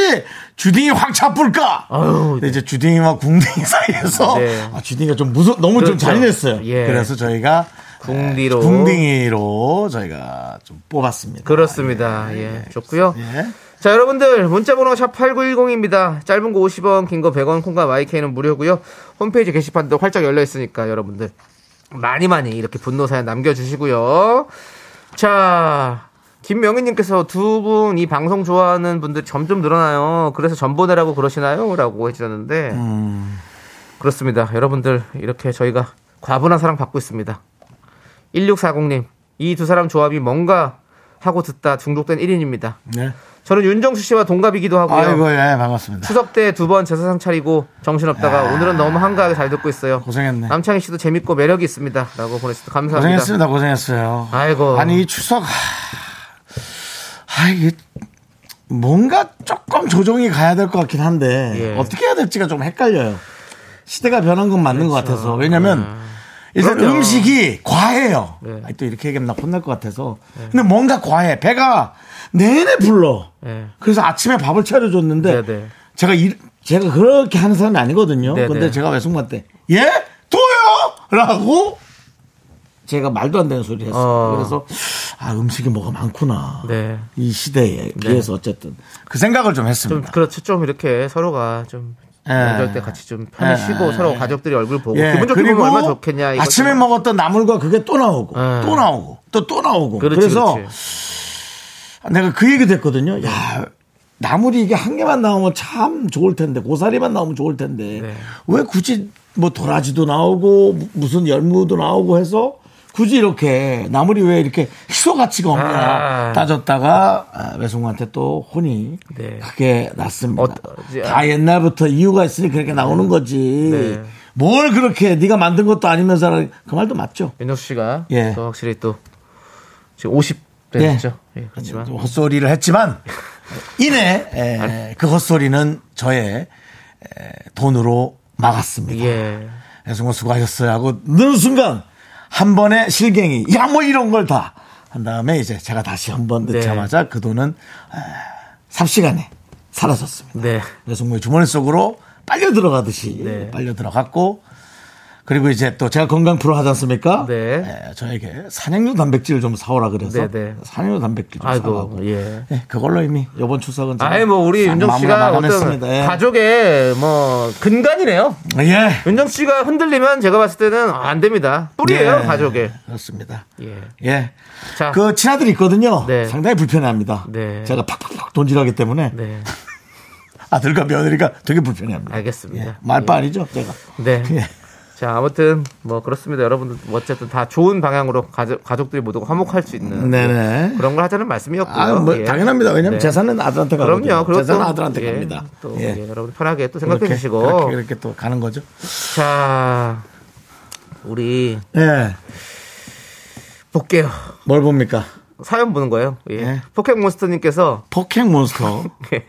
주둥이 확 차뿔까? 아유, 근데 이제 주둥이와 궁둥이 (laughs) 사이에서 네. 아, 주둥이가 좀 무서, 너무 그렇죠. 좀 잔인했어요. 예. 그래서 저희가 예, 궁디로. 궁둥이로 저희가 좀 뽑았습니다. 그렇습니다. 예, 좋고요. 예. 자, 여러분들 문자번호 샵 8910입니다. 짧은 거 50원, 긴 거 100원, 콩과 마이크는 무료고요. 홈페이지 게시판도 활짝 열려 있으니까 여러분들 많이 많이 이렇게 분노 사연 남겨주시고요. 자, 김명희님께서 두 분 이 방송 좋아하는 분들 점점 늘어나요. 그래서 전보내라고 그러시나요?라고 해주셨는데 그렇습니다. 여러분들 이렇게 저희가 과분한 사랑 받고 있습니다. 1640님 이 두 사람 조합이 뭔가 하고 듣다 중독된 1인입니다. 네. 저는 윤정수 씨와 동갑이기도 하고요. 아이고, 예, 반갑습니다. 추석 때 두 번 제사상 차리고 정신없다가 오늘은 너무 한가하게 잘 듣고 있어요. 고생했네. 남창희 씨도 재밌고 매력이 있습니다. 라고 보냈습니다. 감사합니다. 고생했습니다, 고생했어요. 아이고. 아니, 이 추석, 하, 아, 이게 뭔가 조금 조정이 가야 될 것 같긴 한데, 예. 어떻게 해야 될지가 좀 헷갈려요. 시대가 변한 건 맞는 것 같아서. 왜냐면, 일단 그렇죠. 그럼요. 음식이 과해요. 네. 아니, 또 이렇게 얘기하면 나 혼날 것 같아서. 예. 근데 뭔가 과해. 배가 내내 불러. 네. 그래서 아침에 밥을 차려줬는데, 네, 네. 제가 일, 제가 그렇게 하는 사람이 아니거든요. 네, 근데 네. 제가 외숙마한테 예? 또요? 라고 제가 말도 안 되는 소리 했어요. 어. 그래서 아 음식이 뭐가 많구나. 네. 이 시대에 비해서 어쨌든 그 생각을 좀 좀 했습니다. 그렇죠. 좀 이렇게 서로가 좀 예. 이럴 때 같이 좀 편히 예. 쉬고 서로 가족들이 얼굴 보고 예, 기분 좋게 그리고 보면 얼마나 좋겠냐. 이거 아침에 좀- 먹었던 나물과 그게 또 나오고 예. 또 나오고 또 또 나오고 그렇지, 래서 그렇지. 내가 그 얘기도 했거든요. 야, 나물이 이게 한 개만 나오면 참 좋을 텐데, 고사리만 나오면 좋을 텐데, 네. 왜 굳이 뭐 도라지도 나오고, 무- 무슨 열무도 나오고 해서, 굳이 이렇게 나물이 왜 이렇게 희소 가치가 없냐 아. 따졌다가 아, 외숙모한테 또 혼이 네. 크게 났습니다. 어떠- 다 옛날부터 이유가 있으니 그렇게 나오는 거지. 네. 뭘 그렇게 네가 만든 것도 아니면서 그 말도 맞죠. 윤정수 씨가 예. 또 확실히 또 지금 50 빼냈죠. 예, 그렇지만 뭐 헛소리를 했지만 이내 에, 그 헛소리는 저의 에, 돈으로 막았습니다. 예. 애승호 수고하셨어요 하고 넣는 순간 한 번에 실갱이 야 뭐 이런 걸 다 한 다음에 이제 제가 다시 한 번 네. 넣자마자 그 돈은 에, 삽시간에 사라졌습니다. 네. 애승호의 주머니 속으로 빨려 들어가듯이 네. 빨려 들어갔고 그리고 이제 또 제가 건강 프로 하지 않습니까? 네. 에, 저에게 산행류 단백질을 좀 사오라 그래서 네, 네. 산행류 단백질 좀 아이고, 사오고 예. 예, 그걸로 이미 이번 추석은 제가 아예 뭐 우리 싹 윤정 마무리가 씨가 어떤 마감했습니다. 예. 가족의 뭐 근간이네요. 예. 윤정 씨가 흔들리면 제가 봤을 때는 아, 안 됩니다. 뿌리예요 예. 가족의. 그렇습니다. 예. 예. 자. 그 친아들이 있거든요. 네. 상당히 불편해합니다. 네. 제가 팍팍팍 돈질하기 때문에 네. 아들과 며느리가 되게 불편해합니다. 알겠습니다. 예. 말바 아니죠, 제가. 네. 예. 자 아무튼 뭐 그렇습니다. 여러분들 뭐 어쨌든 다 좋은 방향으로 가족 가족들이 모두 화목할 수 있는 네네. 그런 걸 하자는 말씀이었고요. 아, 뭐 예. 당연합니다. 왜냐면 네. 재산은 아들한테 가고 그럼요. 그리고 재산은 또, 아들한테 예, 갑니다. 또 예. 예, 여러분 편하게 또 생각해 그렇게, 주시고 그렇게 그렇게 또 가는 거죠. 자 우리 예. 볼게요. 뭘 봅니까? 사연 보는 거예요. 예. 예. 포켓몬스터님께서 폭행 (laughs) 몬스터. 예.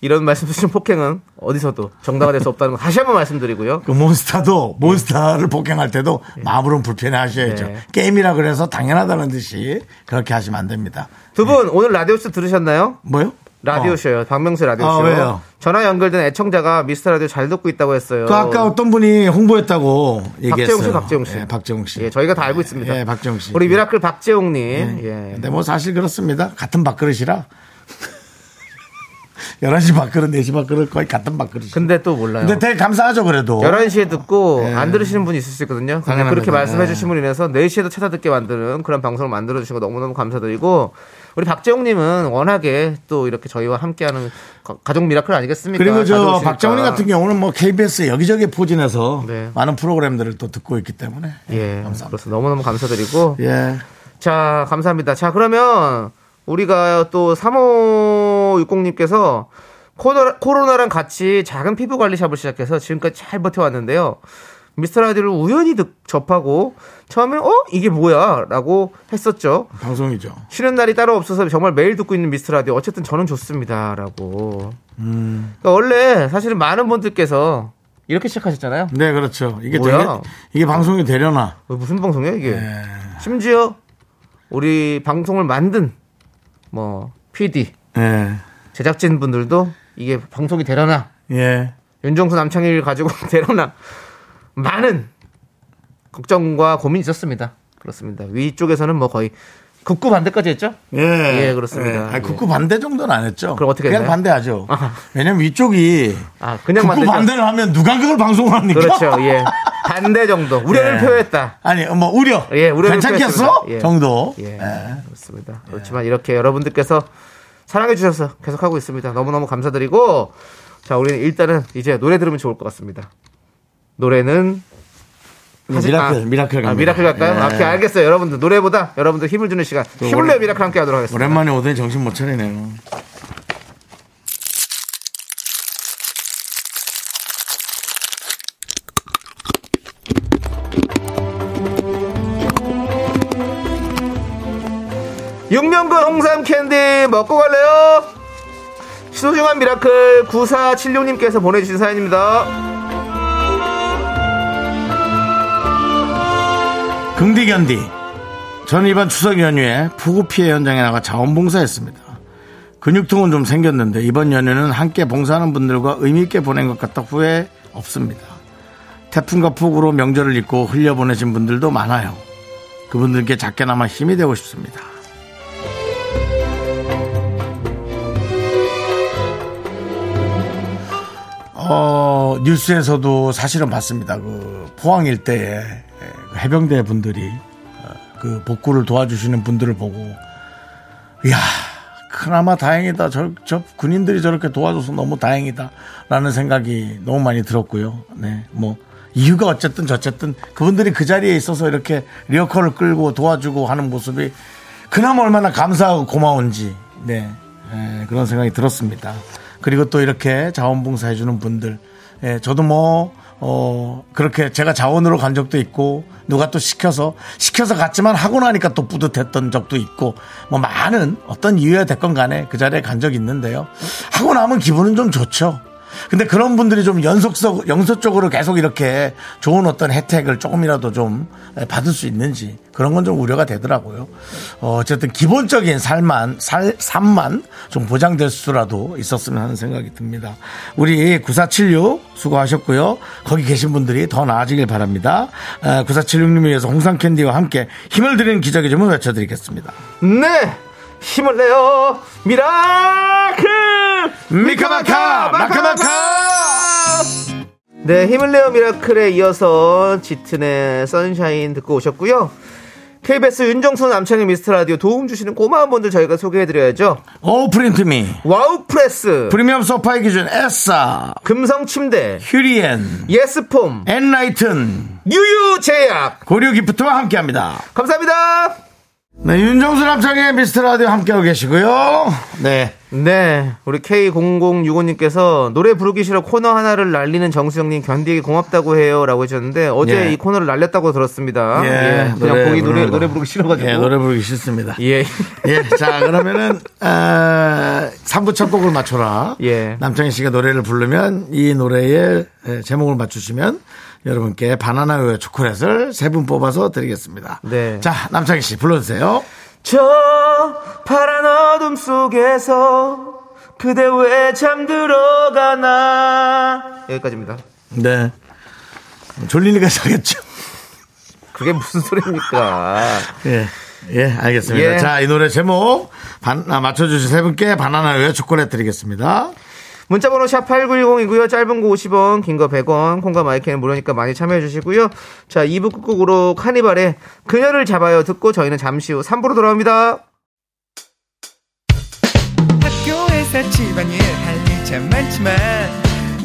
이런 말씀 주신 폭행은 어디서도 정당화될 수 없다는 거 다시 한번 말씀드리고요. 그 몬스타도 몬스타를 폭행할 때도 마음으로는 불편해 하셔야죠. 네. 게임이라 그래서 당연하다는 듯이 그렇게 하시면 안 됩니다. 두 분 오늘 라디오쇼 들으셨나요? 뭐요? 어. 라디오쇼요. 박명수 아, 라디오쇼. 왜요? 전화 연결된 애청자가 미스터 라디오 잘 듣고 있다고 했어요. 그 아까 어떤 분이 홍보했다고 얘기했어요. 박재홍 씨, 박재홍 씨. 예, 박재홍 씨. 예, 저희가 다 알고 있습니다. 예, 박재홍 씨. 우리 미라클 박재홍 님. 예. 근데 뭐 사실 그렇습니다. 같은 밥그릇이라 (laughs) 11시 밥그릇, 4시 밥그릇 거의 같은 밥그릇이. 근데, 근데 또 몰라요. 근데 되게 감사하죠 그래도. 11시에 듣고 안 들으시는 분이 있을 수 있거든요. 근데 예. 당연합니다. 그렇게 예. 말씀해 주신 분을 인해서 4시에도 찾아듣게 만드는 그런 방송을 만들어 주신 거 너무너무 감사드리고 우리 박재홍 님은 워낙에 또 이렇게 저희와 함께하는 가- 가족 미라클 아니겠습니까? 그리고 저 가족이시니까. 박정훈 같은 경우는 뭐 KBS 여기저기 포진해서 네. 많은 프로그램들을 또 듣고 있기 때문에 예. 감사합니다. 그래서 너무너무 감사드리고 예. 자, 감사합니다. 자, 그러면 우리가 또 3560님께서 코로나, 코로나랑 같이 작은 피부 관리샵을 시작해서 지금까지 잘 버텨왔는데요. 미스터 라디오를 우연히 듣, 접하고 처음에 어? 이게 뭐야? 라고 했었죠. 방송이죠. 쉬는 날이 따로 없어서 정말 매일 듣고 있는 미스터 라디오 어쨌든 저는 좋습니다라고. 그러니까 원래 사실은 많은 분들께서 이렇게 시작하셨잖아요. 네, 그렇죠. 이게 뭐야? 되게, 이게 방송이 되려나. 어, 무슨 방송이야 이게? 심지어 우리 방송을 만든 뭐 PD 예. 제작진 분들도 이게 방송이 되려나 예. 윤정수 남창일 가지고 (laughs) 되려나 많은 걱정과 고민이 있었습니다. 그렇습니다. 위쪽에서는 뭐 거의 극구 반대까지 했죠? 예. 예, 그렇습니다. 아니, 극구 반대 정도는 안 했죠. 그럼 어떻게 냥 했나요? 반대하죠. 아하. 왜냐면 위쪽이 아 그냥 극구 반대죠. 반대를 하면 누가 그걸 방송을 합니까? 그렇죠. 예 반대 정도 우려를 예. 표했다. 아니, 뭐 우려. 예, 우려를 괜찮겠어? 표했습니다. 예. 정도. 예, 예. 그렇습니다. 그렇지만 이렇게 여러분들께서 사랑해 주셔서 계속하고 있습니다. 너무너무 감사드리고 자, 우리는 일단은 이제 노래 들으면 좋을 것 같습니다. 노래는 사실- 미라클, 아, 미라클 갑니다. 아, 미라클 갈까요? 예. 아, 오케이, 알겠어요. 여러분들 노래보다 여러분들 힘을 주는 시간. 힘을 내요 미라클 함께 하도록 하겠습니다. 오랜만에 오더니 정신 못 차리네요. 육명근 홍삼 캔디 먹고 갈래요? 소중한 미라클 9476님께서 보내주신 사연입니다. 긍디견디. 저는 이번 추석 연휴에 폭우 피해 현장에 나가 자원봉사했습니다. 근육통은 좀 생겼는데 이번 연휴는 함께 봉사하는 분들과 의미있게 보낸 것 같다 후회 없습니다. 태풍과 폭우로 명절을 잊고 흘려보내신 분들도 많아요. 그분들께 작게나마 힘이 되고 싶습니다. 어, 뉴스에서도 사실은 봤습니다. 그 포항 일대에 그 해병대 분들이 어, 그 복구를 도와주시는 분들을 보고 이야 그나마 다행이다. 저, 저 군인들이 저렇게 도와줘서 너무 다행이다라는 생각이 너무 많이 들었고요. 네, 뭐 이유가 어쨌든 저쨌든 그분들이 그 자리에 있어서 이렇게 리어커를 끌고 도와주고 하는 모습이 그나마 얼마나 감사하고 고마운지 네 에, 그런 생각이 들었습니다. 그리고 또 이렇게 자원봉사해주는 분들 예, 저도 뭐 어, 그렇게 제가 자원으로 간 적도 있고, 누가 또 시켜서, 시켜서 갔지만 하고 나니까 또 뿌듯했던 적도 있고, 뭐 많은 어떤 이유야 됐건 간에 그 자리에 간 적이 있는데요. 하고 나면 기분은 좀 좋죠. 근데 그런 분들이 좀 연속적, 연속적으로 계속 이렇게 좋은 어떤 혜택을 조금이라도 좀 받을 수 있는지 그런 건 좀 우려가 되더라고요. 어, 어쨌든 기본적인 살만, 살, 삶만 좀 보장될 수라도 있었으면 하는 생각이 듭니다. 우리 9476 수고하셨고요. 거기 계신 분들이 더 나아지길 바랍니다. 9476님을 위해서 홍상캔디와 함께 힘을 드리는 기적의 주문 외쳐드리겠습니다. 네! 힘을 내요! 미라클! 미카마카! 마카마카! 네, 힘을 내어 미라클에 이어서 짙은의 선샤인 듣고 오셨고요. KBS 윤정수 남창희 미스터 라디오 도움 주시는 고마운 분들 저희가 소개해드려야죠. 오 어, 프린트미 와우 프레스, 프리미엄 소파의 기준 에싸 금성 침대, 휴리엔 예스폼, 엔라이튼 유유 제약. 고려 기프트와 함께합니다. 감사합니다. 네, 윤정수 남창의 미스터 라디오 함께하고 계시고요. 네, 네, 우리 K0065님께서 노래 부르기 싫어 코너 하나를 날리는 정수영님 견디기 고맙다고 해요라고 해주셨는데 어제 예. 이 코너를 날렸다고 들었습니다. 예, 예, 그냥 노래 공이 노래 부르는 거. 노래 부르기 싫어가지고. 예, 노래 부르기 싫습니다. 예, (laughs) 예. 자 그러면은 어, 3부 첫 곡을 맞춰라. 예. 남창희 씨가 노래를 부르면 이 노래의 예, 제목을 맞추시면 여러분께 바나나 우유 초콜릿을 세 분 뽑아서 드리겠습니다. 네. 자, 남창희 씨 불러주세요. 저 파란 어둠 속에서 그대 왜 잠들어가나 여기까지입니다. 네. 졸리니까 자겠죠. 그게 (laughs) 무슨 소리입니까? 예. 예, 알겠습니다. 예. 자, 이 노래 제목 반, 아, 맞춰주신 세 분께 바나나 우유 초콜릿 드리겠습니다. 문자번호 샵 8910이고요. 짧은 거 50원, 긴 거 100원, 콩과 마이크는 무료니까 많이 참여해 주시고요. 자, 2부 끝곡으로 카니발의 그녀를 잡아요 듣고 저희는 잠시 후 3부로 돌아옵니다. 학교에서 집안일 할 일 참 많지만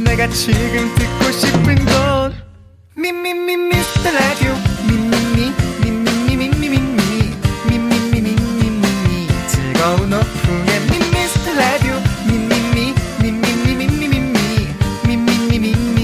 내가 지금 듣고 싶은 건 미미미 미스터 라디오 미미미 미미미 미미미 미미미 미미미 즐거운 오후에 미스터 라디오 미미미 미미미 미미미 미미미 미미미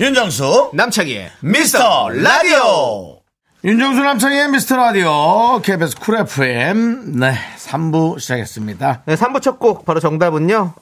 윤정수, 남창희의 미스터 라디오! 윤정수 남창의 미스터 라디오, KBS 쿨 FM, 네, 3부 시작했습니다. 네, 3부 첫 곡 바로 정답은요.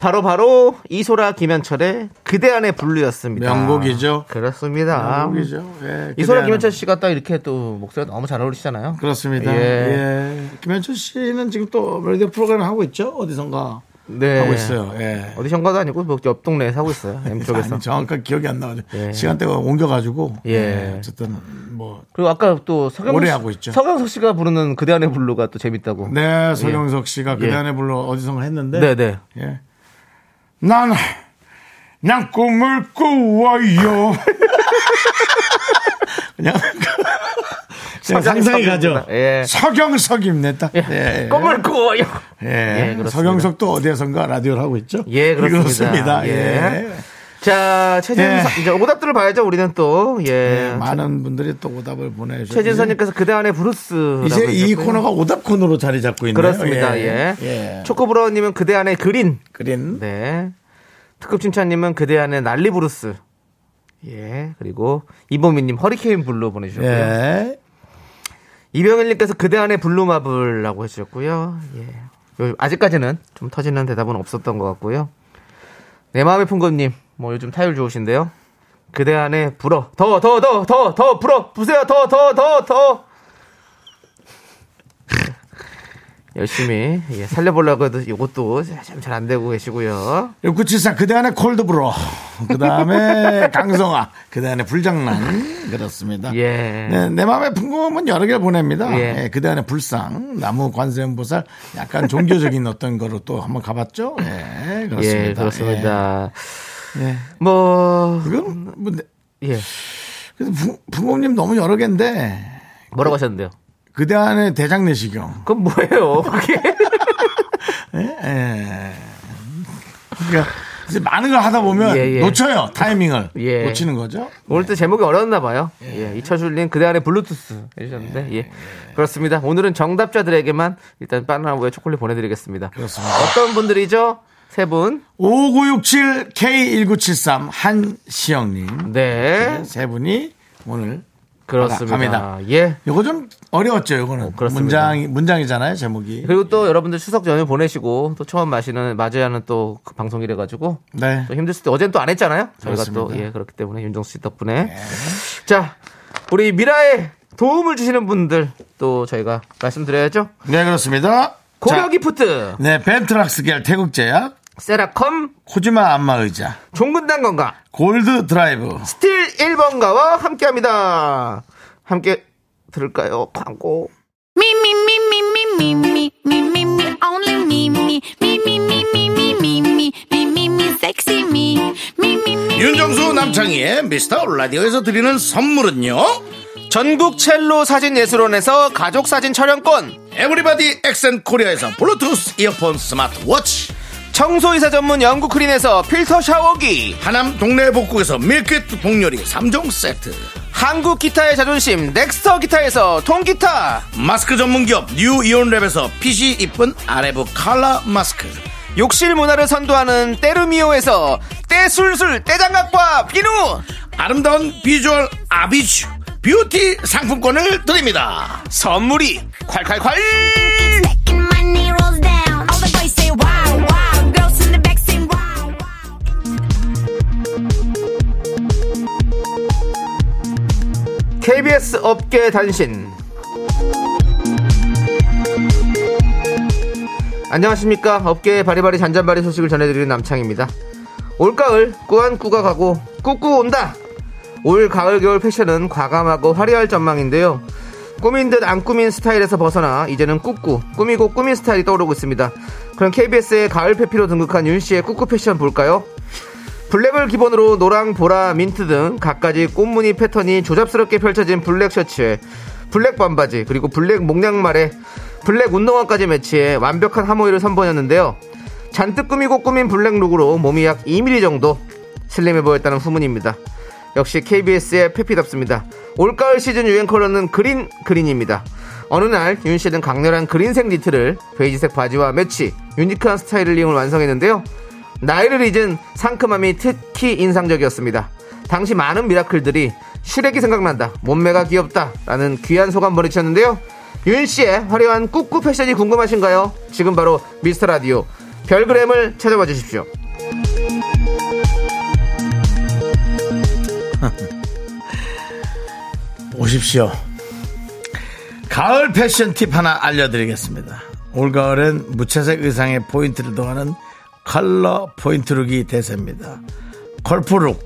바로 바로 이소라 김현철의 그대 안에 분류였습니다. 명곡이죠. 그렇습니다. 한국이죠. 예, 아, 이소라 기대하는- 김현철 씨가 딱 이렇게 또 목소리가 너무 잘 어울리시잖아요. 그렇습니다. 예. 예. 김현철 씨는 지금 또 라디오 프로그램 하고 있죠? 어디선가 네. 하고 있어요. 예. 어디선가도 아니고 뭐옆 동네에 사고 (laughs) 있어요. M 쪽에서. 아니, 정확한 기억이 안 나가지고 예. 시간대가 옮겨가지고 예. 예, 어쨌든 뭐 그리고 아까 또 서경석 오래 씨- 하고 있죠. 서경석 씨가 부르는 그대 안의 블루가 또 재밌다고. 네, 서경석 씨가 예. 그대안에 불러 어디선가 했는데. 네, 네. 예. 난, 난 꿈을 (laughs) 꾸어요. 그냥, 그냥 상상이 가죠. 예. 서경석입니다. 예. 꿈을 꾸어요. 예, 예. 그렇습니다. 서경석도 어디에선가 라디오를 하고 있죠? 예, 그렇습니다. 그렇습니다. 예. 자, 최진선 예. 이제 오답들을 봐야죠. 우리는 또 네, 예. 많은 분들이 또 오답을 보내주셨죠. 최진선님께서 그대 안의 브루스. 이제 이 코너가 오답 코너로 자리 잡고 있네요. 그렇습니다. 예. 예. 초코브라우님은 그대 안의 그린. 그린. 네. 특급 칭찬님은 그대 안의 난리 브루스. 예. 그리고 이보미님 허리케인 블루 보내주셨고요. 예. 이병일님께서 그대 안에 블루마블이라고 해주셨고요. 예. 요- 아직까지는 좀 터지는 대답은 없었던 것 같고요. 내 마음의 풍금님, 뭐 요즘 타율 좋으신데요. 그대 안에 불어. 더, 더, 더, 더, 더, 불어. 부세요. 더, 더, 더, 더. 열심히 예, 살려보려고 해도 이것도 참 잘 안 되고 계시고요. 6974 그대 안에 콜드브로 그 (laughs) 다음에 강성아 그대 안에 불장난 그렇습니다 예. 네, 내 마음의 풍금은 여러 개를 보냅니다 예. 예, 그대 안에 불상 나무 관세음보살 약간 (laughs) 종교적인 어떤 거로 또 한번 가봤죠 예 그렇습니다 예, 그렇습니다. 예. 뭐, 그건 뭐 내- 예. 그래도 풍- 풍금님 너무 여러 개인데 뭐라고 하셨는데요? 그대 안에 대장 내시경 그건 뭐예요? 그게? 예, 예. 그러니까 이제 많은 걸 하다 보면 예, 예. 놓쳐요 타이밍을 예. 놓치는 거죠. 오늘 또 제목이 어려웠나 봐요. 예. 이철줄님 그대 안에 블루투스 해주셨는데 예. 그렇습니다. 오늘은 정답자들에게만 일단 바나나우유 초콜릿 보내드리겠습니다. 그렇습니다. 어떤 분들이죠? 세 분. 5967 K1973 한시영님 네. 세 분이 오늘 그렇습니다. 갑니다. 예. 요거 좀 어려웠죠. 요거는 그렇습니다. 문장 문장이잖아요 제목이. 그리고 또 여러분들 추석 연휴 보내시고 또 처음 마시는 맞아야 하는 또그 방송이래 가지고 네. 또 힘들을 때 어제는 또 안 했잖아요. 저희가 또 그렇습니다. 네. 예 그렇기 때문에 윤정수 씨 덕분에 자 우리 미라에 도움을 주시는 분들 또 저희가 말씀드려야죠. 네 그렇습니다. 자, 고려기프트, 네 벤트락스 겔 태국제약 세라컴, 코지마 안마의자 종근당 건강, 골드 드라이브 스틸 1번가와 함께합니다. 함께 들을까요? 광고. Me, me, me, me, me, me, me, me, me, me, only me, me, me, me, me, me, me, me, me, me, me, me, sexy me, me, me, me. 윤정수 남창희의 미스터 라디오에서 드리는 선물은요 전국 첼로 사진 예술원에서 가족 사진 촬영권, 에브리바디 엑센 코리아에서 블루투스 이어폰 스마트워치 청소이사 전문 영국 크린에서 필터 샤워기, 하남 동네 복국에서 밀키트 동요리 3종 세트 한국 기타의 자존심 넥스터 기타에서 통기타, 마스크 전문기업 뉴 이온랩에서 핏이 이쁜 아레브 칼라 마스크 욕실 문화를 선도하는 때르미오에서 때술술 때장갑과 비누, 아름다운 비주얼 아비쥬 뷰티 상품권을 드립니다 선물이 콸콸콸! Second money rolls down. All the boys say wow, wow. Girls in the back say wow, wow. KBS 업계 단신. 안녕하십니까. 업계의 바리바리 잔잔바리 소식을 전해드리는 남창입니다. 올가을 꾸안꾸가 가고 꾸꾸 온다. 올 가을 겨울 패션은 과감하고 화려할 전망인데요. 꾸민 듯 안 꾸민 스타일에서 벗어나 이제는 꾸꾸 꾸미고 꾸민 스타일이 떠오르고 있습니다. 그럼 KBS의 가을 페피로 등극한 윤 씨의 꾸꾸 패션 볼까요? 블랙을 기본으로 노랑, 보라, 민트 등 각가지 꽃무늬 패턴이 조잡스럽게 펼쳐진 블랙 셔츠에 블랙 반바지 그리고 블랙 목량말에 블랙 운동화까지 매치해 완벽한 하모니를 선보였는데요. 잔뜩 꾸미고 꾸민 블랙 룩으로 몸이 약 2mm 정도 슬림해 보였다는 후문입니다. 역시 KBS의 페피답습니다. 올가을 시즌 유행 컬러는 그린 그린입니다. 어느 날 윤씨는 강렬한 그린색 니트를 베이지색 바지와 매치 유니크한 스타일링을 완성했는데요. 나이를 잊은 상큼함이 특히 인상적이었습니다. 당시 많은 미라클들이 슈렉이 생각난다, 몸매가 귀엽다 라는 귀한 소감 보내주셨는데요. 윤씨의 화려한 꾹꾹 패션이 궁금하신가요? 지금 바로 미스터 라디오 별그램을 찾아봐 주십시오. 오십시오 가을 패션 팁 하나 알려드리겠습니다 올가을엔 무채색 의상에 포인트를 더하는 컬러 포인트룩이 대세입니다 컬프룩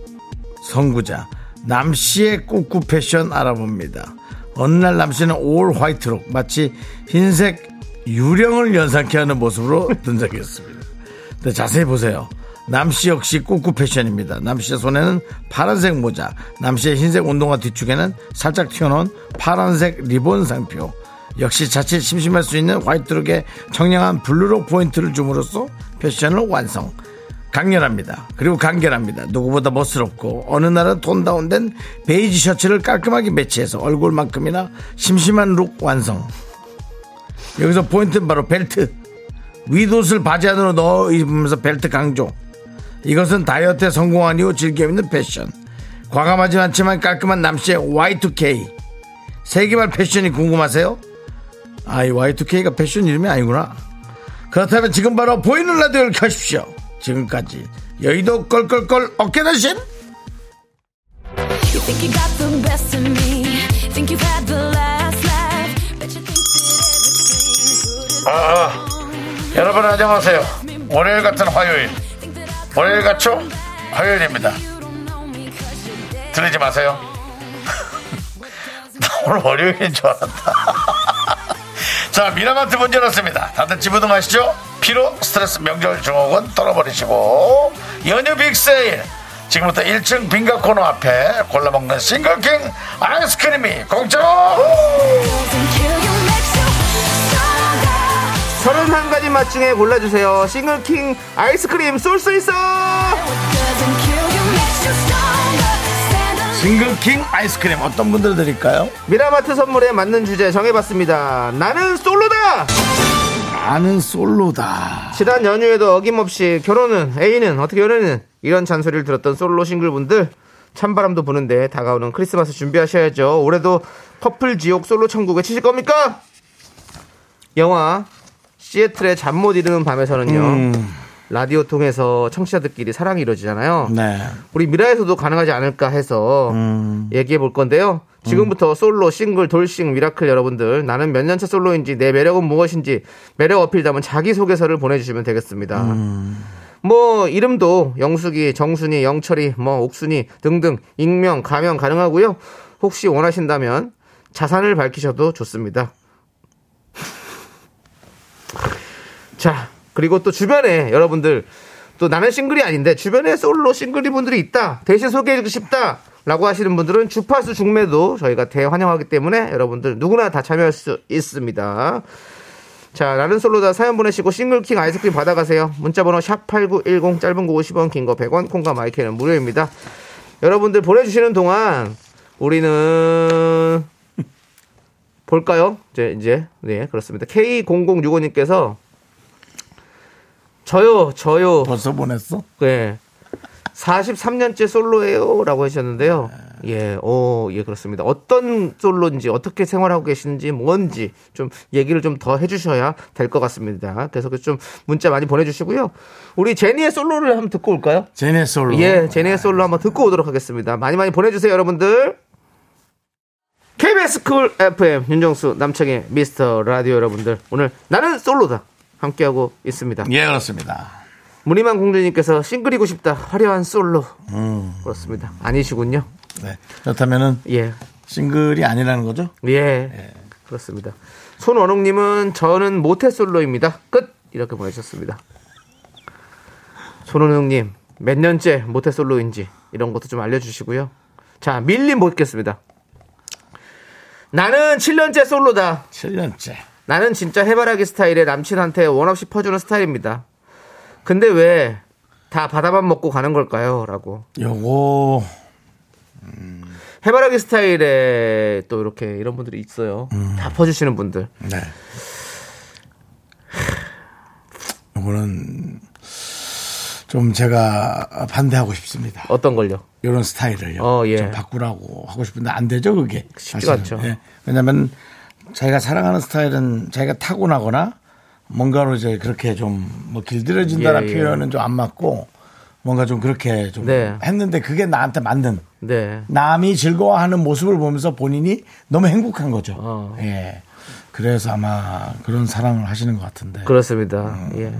선구자 남씨의 꾸꾸 패션 알아봅니다. 어느 날 남씨는 올 화이트록 마치 흰색 유령을 연상케 하는 모습으로 (laughs) 등장했습니다. 근데 네, 자세히 보세요. 남씨 역시 꾸꾸 패션입니다. 남씨의 손에는 파란색 모자, 남씨의 흰색 운동화 뒤쪽에는 살짝 튀어나온 파란색 리본 상표. 역시 자칫 심심할 수 있는 화이트록에 청량한 블루록 포인트를 줌으로써 패션을 완성. 강렬합니다. 그리고 간결합니다. 누구보다 멋스럽고 어느 날은 톤 다운된 베이지 셔츠를 깔끔하게 매치해서 얼굴만큼이나 심심한 룩 완성. 여기서 포인트는 바로 벨트. 윗옷을 바지 안으로 넣어 입으면서 벨트 강조. 이것은 다이어트에 성공한 이후 즐겨 입는 패션. 과감하진 않지만 깔끔한 남씨의 Y2K. 세계발 패션이 궁금하세요? 아, 이 Y2K가 패션 이름이 아니구나. 그렇다면 지금 바로 보이는 라디오를 켜십시오. 지금까지 여의도 껄껄껄 어깨너신 You think you got the best of me. Think you've had the last laugh. Bet you think that everything good 여러분 안녕하세요. is wrong. 월요일 같은 화요일, Think that I 월요일 같죠? 화요일입니다. you don't know me 'cause you're dead. 들리지 마세요. (laughs) 나 오늘 월요일인 줄 알았다. (laughs) 자, 미라마트 문제 났습니다. 다들 지부동하시죠? 피로, 스트레스, 명절, 증후군 떨어버리시고 연휴 빅세일 지금부터 1층 빙가 코너 앞에 골라먹는 싱글킹 아이스크림이 공짜로 Doesn't kill you, makes you stronger. 31가지 맛 중에 골라주세요. 싱글킹 아이스크림 쏠 수 있어! 싱글킹 아이스크림 어떤 분들 드릴까요? 미라마트 선물에 맞는 주제 정해봤습니다. 나는 솔로다! 나는 솔로다. 지난 연휴에도 어김없이 결혼은, 애인은, 어떻게 연애는 이런 잔소리를 들었던 솔로 싱글분들 찬바람도 부는데 다가오는 크리스마스 준비하셔야죠. 올해도 퍼플 지옥 솔로 천국에 치실 겁니까? 영화 시애틀의 잠 못 이루는 밤에서는요. 라디오 통해서 청취자들끼리 사랑이 이루어지잖아요. 네. 우리 미라에서도 가능하지 않을까 해서 얘기해 볼 건데요. 지금부터 솔로, 싱글, 돌싱, 미라클 여러분들 나는 몇 년차 솔로인지 내 매력은 무엇인지 매력 어필 담은 자기소개서를 보내주시면 되겠습니다. 뭐 이름도 영숙이, 정순이, 영철이, 뭐 옥순이 등등 익명, 가명 가능하고요. 혹시 원하신다면 자산을 밝히셔도 좋습니다. 자, 그리고 또 주변에 여러분들 또 나는 싱글이 아닌데 주변에 솔로 싱글이 분들이 있다. 대신 소개해주고 싶다. 라고 하시는 분들은 주파수 중매도 저희가 대환영하기 때문에 여러분들 누구나 다 참여할 수 있습니다. 자, 나는 솔로다 사연 보내시고 싱글킹 아이스크림 받아가세요. 문자번호 샵8910 짧은 거 50원, 긴 거 100원, 콩과 마이크는 무료입니다. 여러분들 보내주시는 동안 우리는 볼까요? 이제, 이제. 네, 그렇습니다. K0065님께서 저요, 저요. 벌써 보냈어? 예. 43년째 솔로예요. 라고 하셨는데요. 예, 오, 예, 그렇습니다. 어떤 솔로인지, 어떻게 생활하고 계시는지, 뭔지 좀 얘기를 좀 더 해주셔야 될 것 같습니다. 계속해서 그 좀 문자 많이 보내주시고요. 우리 제니의 솔로를 한번 듣고 올까요? 제네 솔로. 예, 제니의 솔로 한번 듣고 오도록 하겠습니다. 많이 많이 보내주세요, 여러분들. KBS 쿨 FM 윤정수 남창의 미스터 라디오 여러분들 오늘 나는 솔로다 함께하고 있습니다. 예, 그렇습니다. 무늬만 공주님께서 싱글이고 싶다 화려한 솔로 그렇습니다 아니시군요 음, 네. 그렇다면은 예예 예. 싱글이 아니라는 거죠? 그렇습니다 손원웅님은 저는 모태 솔로입니다 끝 이렇게 보내셨습니다 손원웅님 몇 년째 모태 솔로인지 이런 것도 좀 알려주시고요 자 밀림 보겠습니다 나는 7년째 솔로다 7년째. 나는 진짜 해바라기 스타일의 남친한테 원 없이 퍼주는 스타일입니다. 근데 왜 다 바다만 먹고 가는 걸까요? 라고. 요거 해바라기 스타일에 또 이렇게 이런 분들이 있어요. 음. 다 퍼주시는 분들. 네. 요거는 좀 제가 반대하고 싶습니다. 어떤 걸요? 이런 스타일을요. 어, 예. 좀 바꾸라고 하고 싶은데 안 되죠, 그게. 쉽지가 사실은. 않죠. 예. 왜냐면 자기가 사랑하는 스타일은 자기가 타고나거나 뭔가로 이제 그렇게 좀 뭐 길들여진다는 예, 예. 표현은 좀 안 맞고 뭔가 좀 그렇게 좀 네. 했는데 그게 나한테 맞는 네. 남이 즐거워하는 모습을 보면서 본인이 너무 행복한 거죠. 어. 예. 그래서 아마 그런 사랑을 하시는 것 같은데. 그렇습니다. 음. 예.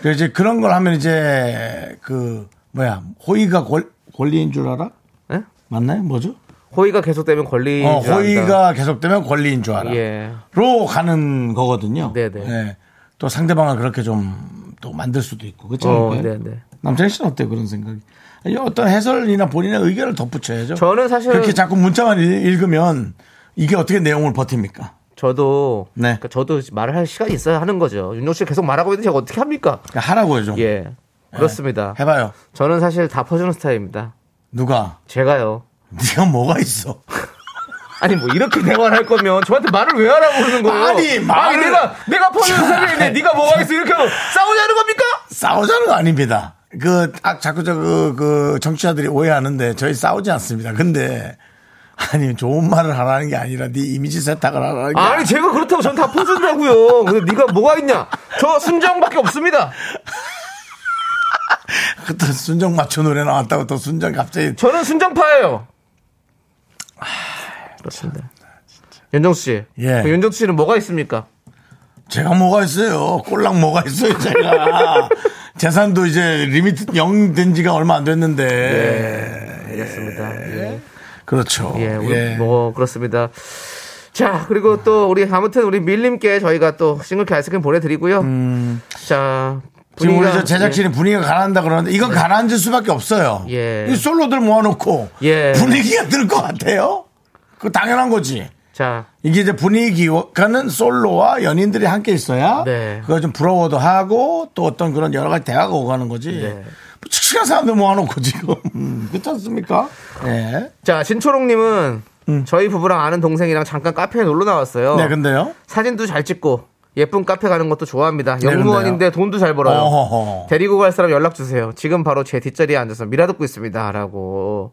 그 이제 그런 걸 하면 이제 그 뭐야 호의가 권, 권리인 줄 알아? 예? 맞나요? 뭐죠? 호의가 계속되면 권리. 어, 호의가 계속되면 권리인 줄 알아. 예. 로 가는 거거든요. 네네. 예. 또 상대방을 그렇게 좀 또 만들 수도 있고 그렇지 어, 않을까요? 네네. 남창희 씨는 어때요 그런 생각이? 아니, 어떤 해설이나 본인의 의견을 덧붙여야죠. 저는 사실- 그렇게 자꾸 문자만 읽- 읽으면 이게 어떻게 내용을 버팁니까? 저도. 네. 그러니까 저도 말을 할 시간이 있어야 하는 거죠. 윤종 씨 계속 말하고 있는데 제가 어떻게 합니까? 그러니까 하라고요 좀. 예. 그렇습니다. 해봐요. 저는 사실 다 퍼주는 스타일입니다. 누가? 제가요. 네가 뭐가 있어? (laughs) 아니 뭐 이렇게 (laughs) 대화를 할 거면 저한테 말을 왜 하라고 그러는 거예요? 아니, 말을- 내가 내가 퍼주는 사람인데 네가 뭐가 있어 이렇게 하고 싸우자는 겁니까? 싸우자는 거 아닙니다. 그, 아, 자꾸 저, 그, 그, 정치자들이 오해하는데 저희 싸우지 않습니다. 근데, 아니, 좋은 말을 하라는 게 아니라 네 이미지 세탁을 하라는 게. 아니 제가 그렇다고 전 다 퍼준다고요. 근데 네가 뭐가 있냐? 저 순정밖에 없습니다. 그때 순정 맞춰 노래 나왔다고 또 순정 갑자기. 저는 순정파예요. 아, 그렇습니다. 윤정수 씨, 예. 그 윤정수 씨는 뭐가 있습니까? 제가 뭐가 있어요? 꼴랑 뭐가 있어요, (laughs) 제가. 재산도 이제 리미트 0된 지가 얼마 안 됐는데. 그렇습니다. 예. 그렇죠. 예, 우리 예. 뭐 그렇습니다. 자, 그리고 또 우리 아무튼 우리 밀님께 저희가 또 싱글캐 아이스크림 보내드리고요. 자, 음. 지금 우리 분위기가- 저 제작진이 분위기가 가라앉다 그러는데 이건 가라앉을 수밖에 없어요. 예. 이 솔로들 모아놓고 예. 분위기가 들 것 같아요. 그거 그 당연한 거지. 예. 자, 이게 이제 분위기가는 솔로와 연인들이 함께 있어야 네. 그거 좀 부러워도 하고 또 어떤 그런 여러 가지 대화가 오가는 거지. 네. 뭐 칙칙한 사람들 모아놓고 지금 (laughs) 음, 그렇지 않습니까? 네. 자 진초롱님은 저희 부부랑 아는 동생이랑 잠깐 카페에 놀러 나왔어요. 음. 네, 근데요. 사진도 잘 찍고 예쁜 카페 가는 것도 좋아합니다. 근데요? 영무원인데 돈도 잘 벌어요. 네, 어허허. 데리고 갈 사람 연락 주세요. 지금 바로 제 뒷자리에 앉아서 미라 듣고 있습니다라고.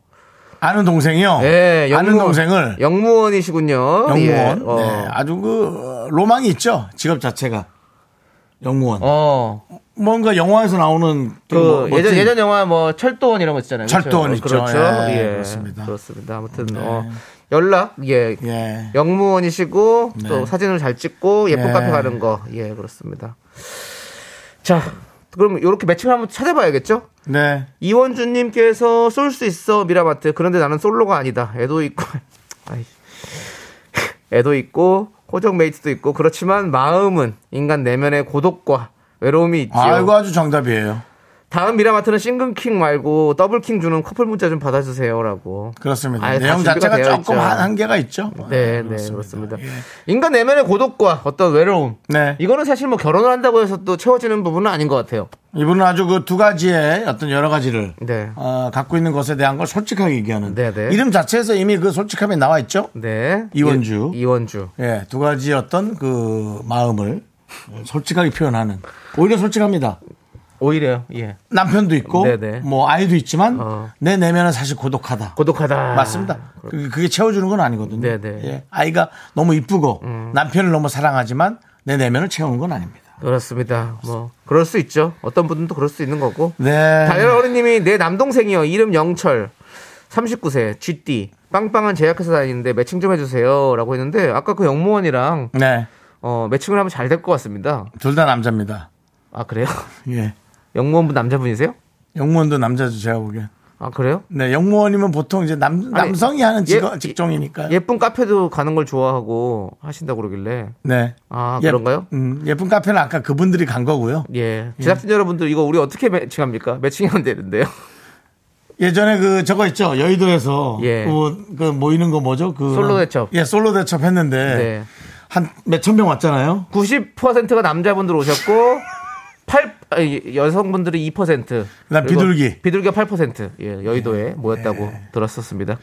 아는 동생이요. 예, 어, 아는 동생을 영무원이시군요. 영무원. 예, 어. 네, 아주 그 로망이 있죠. 직업 자체가 영무원. 어. 뭔가 영화에서 나오는 그 뭐 멋진- 예전 예전 영화 뭐 철도원 이런 거 있잖아요. 그렇죠? 철도원 있죠. 그렇죠. 예, 예, 그렇습니다. 네. 그렇습니다. 아무튼 어, 연락 예. 예. 영무원이시고 네. 또 사진을 잘 찍고 예쁜 네. 카페 가는 거. 예, 그렇습니다. 자, 그럼 이렇게 매칭을 한번 찾아봐야겠죠? 네. 이원주님께서 쏠 수 있어 미라마트 그런데 나는 솔로가 아니다 애도 있고 (laughs) 아이, 애도 있고 호적 메이트도 있고 그렇지만 마음은 인간 내면의 고독과 외로움이 있지요 아, 이거 아주 정답이에요. 다음 미라마트는 싱글킹 말고 더블킹 주는 커플 문자 좀 받아주세요 라고 그렇습니다. 아예 다 내용 준비가 자체가 되어 조금 있죠. 한, 한계가 있죠. 네, 아, 네, 그렇습니다. 인간 내면의 고독과 어떤 외로움. 네. 이거는 사실 뭐 결혼을 한다고 해서 또 채워지는 부분은 아닌 것 같아요. 이분은 아주 그 두 가지의 어떤 여러 가지를 네. 어, 갖고 있는 것에 대한 걸 솔직하게 얘기하는 네, 네. 이름 자체에서 이미 그 솔직함이 나와 있죠. 네. 이원주. 이, 이원주. 예, 두 가지 어떤 그 마음을 솔직하게 표현하는 오히려 솔직합니다. 오히려요. 예. 남편도 있고 네, 네. 뭐 아이도 있지만 어. 내 내면은 사실 고독하다. 고독하다. 맞습니다. 그게, 그게 채워주는 건 아니거든요. 네, 음. 네. 예, 아이가 너무 이쁘고 남편을 너무 사랑하지만 내 내면을 채우는 건 아닙니다. 그렇습니다. 뭐 그럴 수 있죠. 어떤 분들은 또 그럴 수 있는 거고. 네. 다이얼 어린님이 내 남동생이요. 이름 영철. 39세 GD 빵빵한 제약회사 다니는데 매칭 좀 해주세요라고 했는데 아까 그 영무원이랑 네. 어, 매칭을 하면 잘 될 것 같습니다. 둘 다 남자입니다. 아 그래요? (laughs) 예. 영무원분 남자분이세요? 영무원도 남자죠, 제가 보기엔. 아 그래요? 네, 영무원이면 보통 이제 남, 아니, 남성이 하는 직업, 예, 직종이니까요. 예쁜 카페도 가는 걸 좋아하고 하신다고 그러길래 네. 아 예, 그런가요? 음, 예쁜 카페는 아까 그분들이 간 거고요. 예 제작진 여러분들 이거 우리 어떻게 매칭합니까? 매칭이 안 되는데요. 예전에 그 저거 있죠. 여의도에서 예. 그, 그 모이는 거 뭐죠? 그 솔로 대첩. 예, 솔로 대첩 했는데 네. 한 몇천 명 왔잖아요. 90%가 남자분들 오셨고 8 아니, 여성분들이 2%. 그다음 그리고 비둘기. 네. 비둘기가 8%. 예, 여의도에 모였다고 들었었습니다.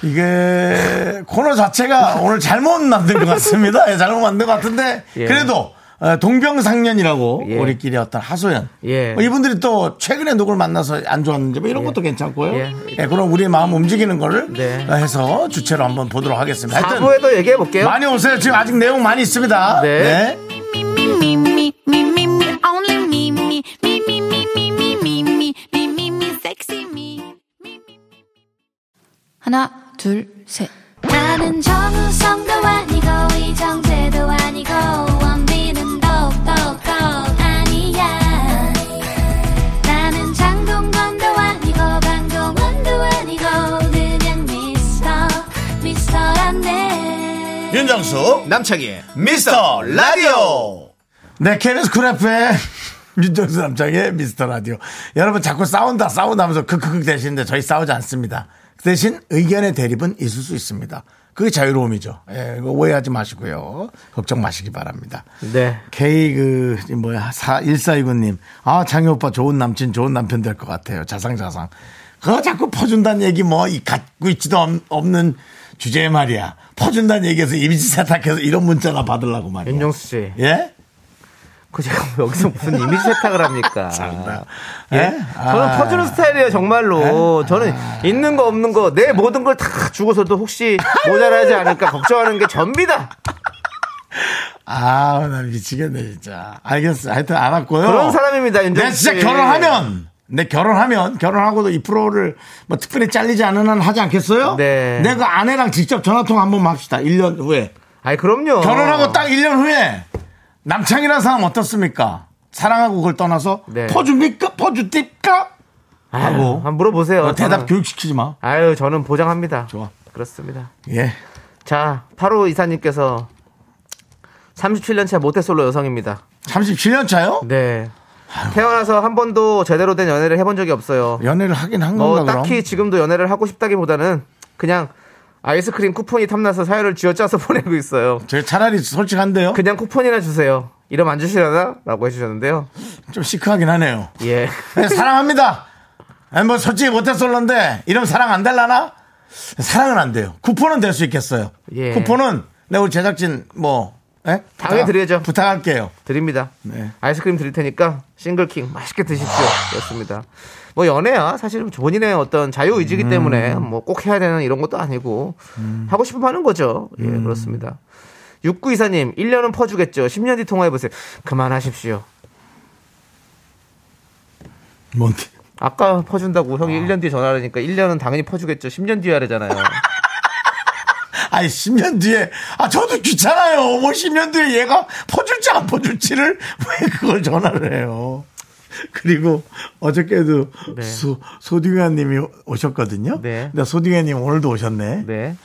이게 코너 (laughs) 자체가 오늘 잘못 만든 것 같습니다. 예, 잘못 만든 것 같은데 예. 그래도 어, 동병상련이라고 예. 우리끼리 어떤 하소연. 예. 뭐 이분들이 또 최근에 누굴 만나서 안 좋았는지 뭐 이런 것도 괜찮고요. 예. 예, 그럼 우리의 마음 움직이는 거를 네. 어, 해서 주체로 한번 보도록 하겠습니다. 하여튼 4부에도 얘기해 볼게요. 많이 오세요. 지금 아직 내용 많이 있습니다. 네. 네. me, me, me, me, me, only me, me, me, me, me, me, me, me, me, me, me, me, sexy me. 하나, 둘, 셋. 나는 정우성도 아니고 이정재도 아니고 원빈은 더욱더 아니야 나는 장동건도 아니고 방종원도 아니고 그냥 미스터 미스터란데 윤정수 남창희의 미스터 라디오 네 KBS 쿨 FM (laughs) 윤정수 남창희의 미스터 라디오 여러분 자꾸 싸운다 싸운다면서 크크크 대시는데 저희 싸우지 않습니다 그 대신 의견의 대립은 있을 수 있습니다 그게 자유로움이죠 예, 이거 오해하지 마시고요 걱정 마시기 바랍니다 네. K 그 뭐야 1429님 아 장희 오빠 좋은 남친 좋은 남편 될 것 같아요 자상자상 그거 자꾸 퍼준다는 얘기 뭐 이 갖고 있지도 없- 없는 주제에 말이야 퍼준다는 얘기에서 이미지 세탁해서 이런 문자나 받으려고 말이야 윤정수 씨. 예? 그 제가 (laughs) 여기서 무슨 이미지 세탁을 합니까? 아, 예? 예? 저는 아, 네? 퍼주는 스타일이에요, 정말로. 저는 있는 거 없는 거, 내 모든 걸 다 주고서도 혹시 모자라지 않을까 걱정하는 게 전비다. 아, 나 미치겠네 진짜 알겠어 하여튼 알았고요 그런 사람입니다, 윤정 내 씨. 진짜 결혼하면 내 결혼하면 결혼하고도 이 프로를 뭐 특별히 잘리지 않은 한 하지 않겠어요? 네. 내가 아내랑 직접 전화통화 한번 합시다 1년 후에 아니, 그럼요. 결혼하고 딱 1년 후에 남창이라는 사람 어떻습니까? 사랑하고 그걸 떠나서 네. 퍼줍니까? 퍼주딥까? 아유, 하고. 한번 물어보세요. 너 대답 저는- 교육시키지 마. 아유, 저는 보장합니다. 좋아. 그렇습니다. 예. 자, 8호 이사님께서 37년차 모태솔로 여성입니다. 37년 차요? 네. 태어나서 한 번도 제대로 된 연애를 해본 적이 없어요. 연애를 하긴 한 건가 뭐 그럼? 딱히 지금도 연애를 하고 싶다기보다는 그냥 아이스크림 쿠폰이 탐나서 사연을 쥐어짜서 (laughs) 보내고 있어요. 제가 차라리 솔직한데요. 그냥 쿠폰이나 주세요. 이러면 안 주시려나? 라고 해주셨는데요. 좀 시크하긴 하네요. 예. 네, 사랑합니다. 아니, 뭐, 솔직히 못했었는데, 이러면 사랑 안 달라나? 사랑은 안 돼요. 쿠폰은 될 수 있겠어요. 예. 쿠폰은, 내 우리 제작진, 뭐, 예? 당연히 드려야죠. 부탁할게요. 드립니다. 네. 아이스크림 드릴 테니까 싱글킹 맛있게 드십시오. 였습니다. 뭐 연애야 사실은 본인의 어떤 음. 자유의지기 때문에 뭐 꼭 해야 되는 이런 것도 아니고 하고 싶으면 하는 거죠. 예, 음. 그렇습니다. 6924님, 1년은 퍼주겠죠. 10년 뒤 통화해보세요. 그만하십시오. 뭔데? 아까 퍼준다고 형이 1년 뒤에 전화하니까 1년은 당연히 퍼주겠죠. 10년 뒤에 (laughs) 하래잖아요. 아니, 10년 뒤에, 아, 저도 귀찮아요. 뭐 10년 뒤에 얘가 퍼줄지 안 퍼줄지를 (laughs) 왜 그걸 전화를 해요. 그리고 어저께도 네. 소, 소딩아 님이 오셨거든요. 네. 근데 소딩아 님 오늘도 오셨네. 네.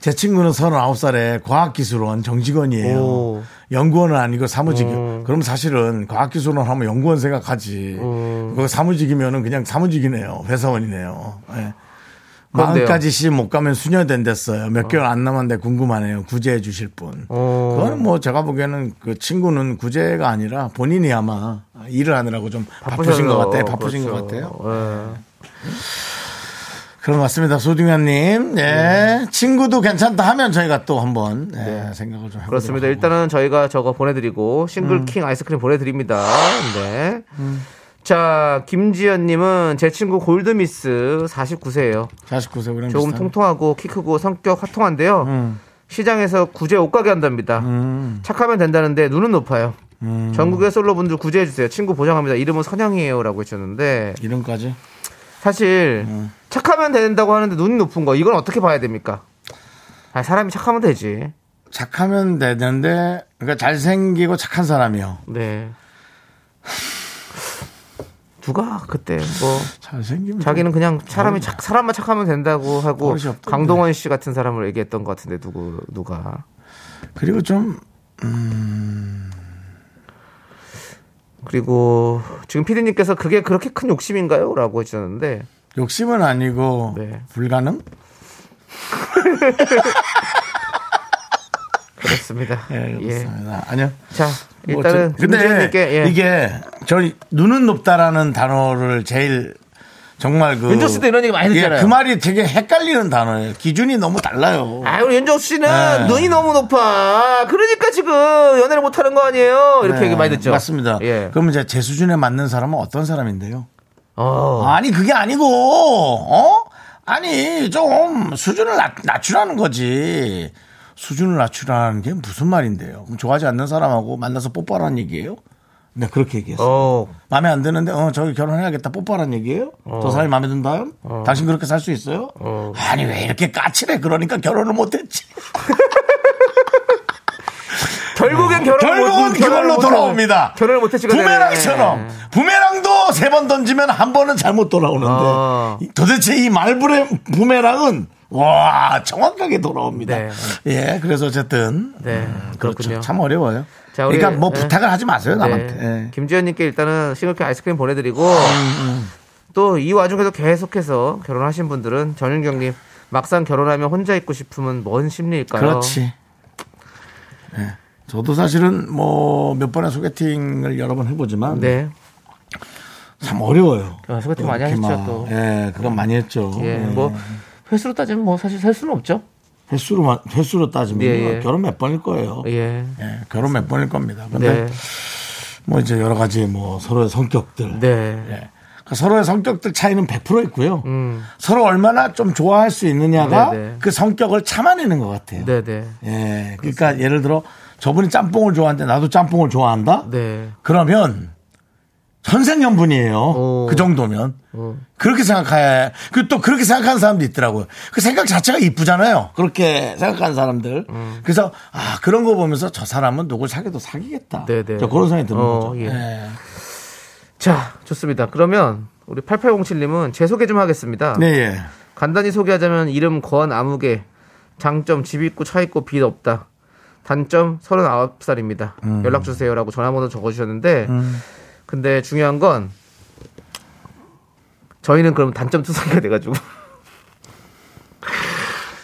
제 친구는 39살에 과학기술원 정직원이에요. 오. 음. 연구원은 아니고 사무직. 그럼 사실은 과학기술원 하면 연구원 생각하지. 음. 그거 사무직이면은 그냥 사무직이네요. 회사원이네요. 예. 그런데요. 마흔까지 시못 가면 수녀된 됐어요. 몇 개월 안 남았는데 궁금하네요. 구제해 주실 분. 어. 그건 뭐 제가 보기에는 그 친구는 구제가 아니라 본인이 아마 일을 하느라고 좀 바쁘신 것 같아요. 바쁘신 그렇죠. 것 같아요. 예. 그럼 맞습니다. 소중현님. 예. 네. 친구도 괜찮다 하면 저희가 또 한번 예, 생각을 좀 해보도록 그렇습니다. 하고. 일단은 저희가 저거 보내드리고 싱글킹 아이스크림 보내드립니다. 네. 자 김지연님은 제 친구 골드미스 49세예요. 49세 그럼 조금 비슷하네. 통통하고 키 크고 성격 화통한데요. 시장에서 구제 옷가게 한답니다. 착하면 된다는데 눈은 높아요. 전국의 솔로분들 구제해주세요. 친구 보장합니다. 이름은 선영이에요라고 해주셨는데 이름까지? 사실 착하면 된다고 하는데 눈이 높은 거 이건 어떻게 봐야 됩니까? 아 사람이 착하면 되지. 착하면 되는데 그러니까 잘생기고 착한 사람이요. 네. 누가 그때 뭐 잘생기면 자기는 그냥 사람이 착, 사람만 착하면 된다고 하고 버릇이 없던데. 강동원 씨 같은 사람을 얘기했던 것 같은데 누구 누가 좀- 그리고 좀 그리고 지금 피디님께서 그게 그렇게 큰 욕심인가요?라고 해주셨는데 욕심은 아니고 네. 불가능? 그렇습니다. (laughs) 예, 예. 그렇습니다. 아니요. 자 뭐 일단은 어쨌든- 근데 김지현님께 예. 이게 저 눈은 높다라는 단어를 제일 정말 그 윤정 씨도 이런 얘기 많이 예, 듣잖아요. 그 말이 되게 헷갈리는 단어예요. 기준이 너무 달라요. 아유 우리 윤정 씨는 네. 눈이 너무 높아. 그러니까 지금 연애를 못하는 거 아니에요? 이렇게 네, 얘기 많이 듣죠. 맞습니다. 예. 그러면 이제 제 수준에 맞는 사람은 어떤 사람인데요? 어. 아니 그게 아니고 어 아니 좀 수준을 낮, 낮추라는 거지 수준을 낮추라는 게 무슨 말인데요 그럼 좋아하지 않는 사람하고 만나서 뽀뽀하라는 얘기예요 네 그렇게 얘기했어요 어. 마음에 안 드는데 어 저기 결혼해야겠다 뽀뽀하라는 얘기예요 저 사람이 마음에 든다요 어. 당신 그렇게 살 수 있어요 아니 왜 이렇게 까칠해 그러니까 결혼을 못했지 결국엔 결혼 결국은 그걸로 돌아옵니다. 결혼을 못했지 부메랑처럼 부메랑도 세 번 던지면 한 번은 잘못 돌아오는데 아. 이- 도대체 이 말부레 부메랑은 와 정확하게 돌아옵니다. 네. 예, 그래서 어쨌든 네, 그렇죠. 그렇군요. 참 어려워요. 자, 우리- 그러니까 뭐 네. 부탁을 하지 마세요 남한테. 음, 네. 예. 김지현님께 일단은 싱글캔 아이스크림 보내드리고 또 이 와중에도 계속해서 결혼하신 분들은 전윤경님 막상 결혼하면 혼자 있고 싶으면 뭔 심리일까요? 그렇지. 예. 저도 사실은 뭐 몇 번의 소개팅을 여러 번 해보지만 네. 참 어려워요. 아, 소개팅 많이 이렇게 하셨죠, 막, 또. 예, 그건 많이 했죠. 예. 예. 뭐 횟수로 따지면 뭐 사실 셀 수는 없죠. 횟수로 마- 횟수로 따지면 예, 예. 결혼 몇 번일 거예요. 예. 예, 결혼 몇 번일 겁니다. 근데 네. 뭐 이제 여러 가지 뭐 서로의 성격들. 네. 예. 그 서로의 성격들 차이는 100% 있고요. 음. 서로 얼마나 좀 좋아할 수 있느냐가 네, 네. 그 성격을 참아내는 것 같아요. 네, 네. 예. 그러니까 예를 들어 저분이 짬뽕을 좋아하는데 나도 짬뽕을 좋아한다? 네. 그러면 선생연분이에요. 오. 그 정도면. 어. 그렇게 생각해. 그 또 그렇게 생각하는 사람도 있더라고요. 그 생각 자체가 이쁘잖아요. 그렇게 생각하는 사람들. 음. 그래서 아 그런 거 보면서 저 사람은 누굴 사귀도 사귀겠다. 네네. 저 그런 생각이 드는 어, 거죠. 예. 예. 자, 좋습니다. 그러면 우리 8807님은 제 소개 좀 하겠습니다. 네. 예. 간단히 소개하자면 이름 권 아무개 장점 집 있고 차 있고 빚 없다 단점 39살입니다 연락 주세요라고 전화번호 적어주셨는데 근데 중요한 건 (laughs) 저희는 그럼 단점 투성이가 돼가지고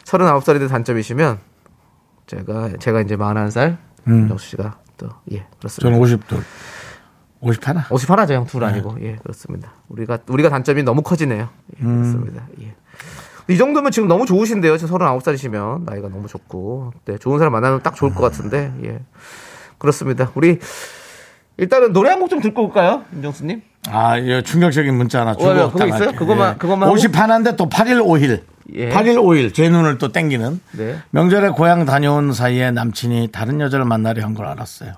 39살인데 단점이시면 제가 제가 이제 41살 정수 씨가 또 예 그렇습니다. 저는 50돌. 51. 50 하나죠, 네. 형둘 아니고. 예, 그렇습니다. 우리가 우리가 단점이 너무 커지네요. 예, 음. 그렇습니다. 예. 이 정도면 지금 너무 좋으신데요. 지금 39살이시면 나이가 너무 좋고. 네, 좋은 사람 만나면 딱 좋을 것 같은데. 예. 그렇습니다. 우리 일단은 노래 한 곡 좀 듣고 올까요? 윤정수 님? 아, 예, 충격적인 문자 하나 주고. 어, 그거 딱 있어요? 할게요. 그거만- 예. 그거만 하고? 51한데 또 8일 5일. 예. 8일 5일. 제 눈을 또 땡기는. 네. 명절에 고향 다녀온 사이에 남친이 다른 여자를 만나려 한 걸 알았어요.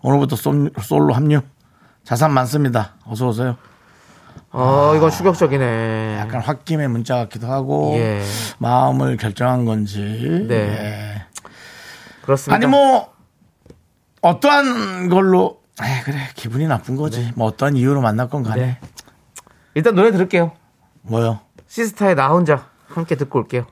오늘부터 솜- 솔로 합류. 자산 많습니다. 어서 오세요. 어, 이건 충격적이네. 아. 약간 뭐 홧김의 문자 같기도 하고 예. 마음을 결정한 건지. 네. 그러니까 예. 그렇습니다. 아니 뭐 어떠한 걸로 에 그래 기분이 나쁜 거지. 뭐 어떠한 이유로 만날 건 간에 네. 일단 노래 들을게요. 뭐요. 시스타의 나 혼자 함께 듣고 올게요.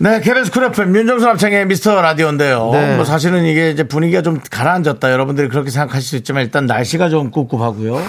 네, KBS 쿨 FM 윤정수 남창의 미스터 라디오인데요. 네. 뭐 사실은 이게 이제 분위기가 좀 가라앉았다. 여러분들이 그렇게 생각하실 수 있지만 일단 날씨가 좀 꿉꿉하고요.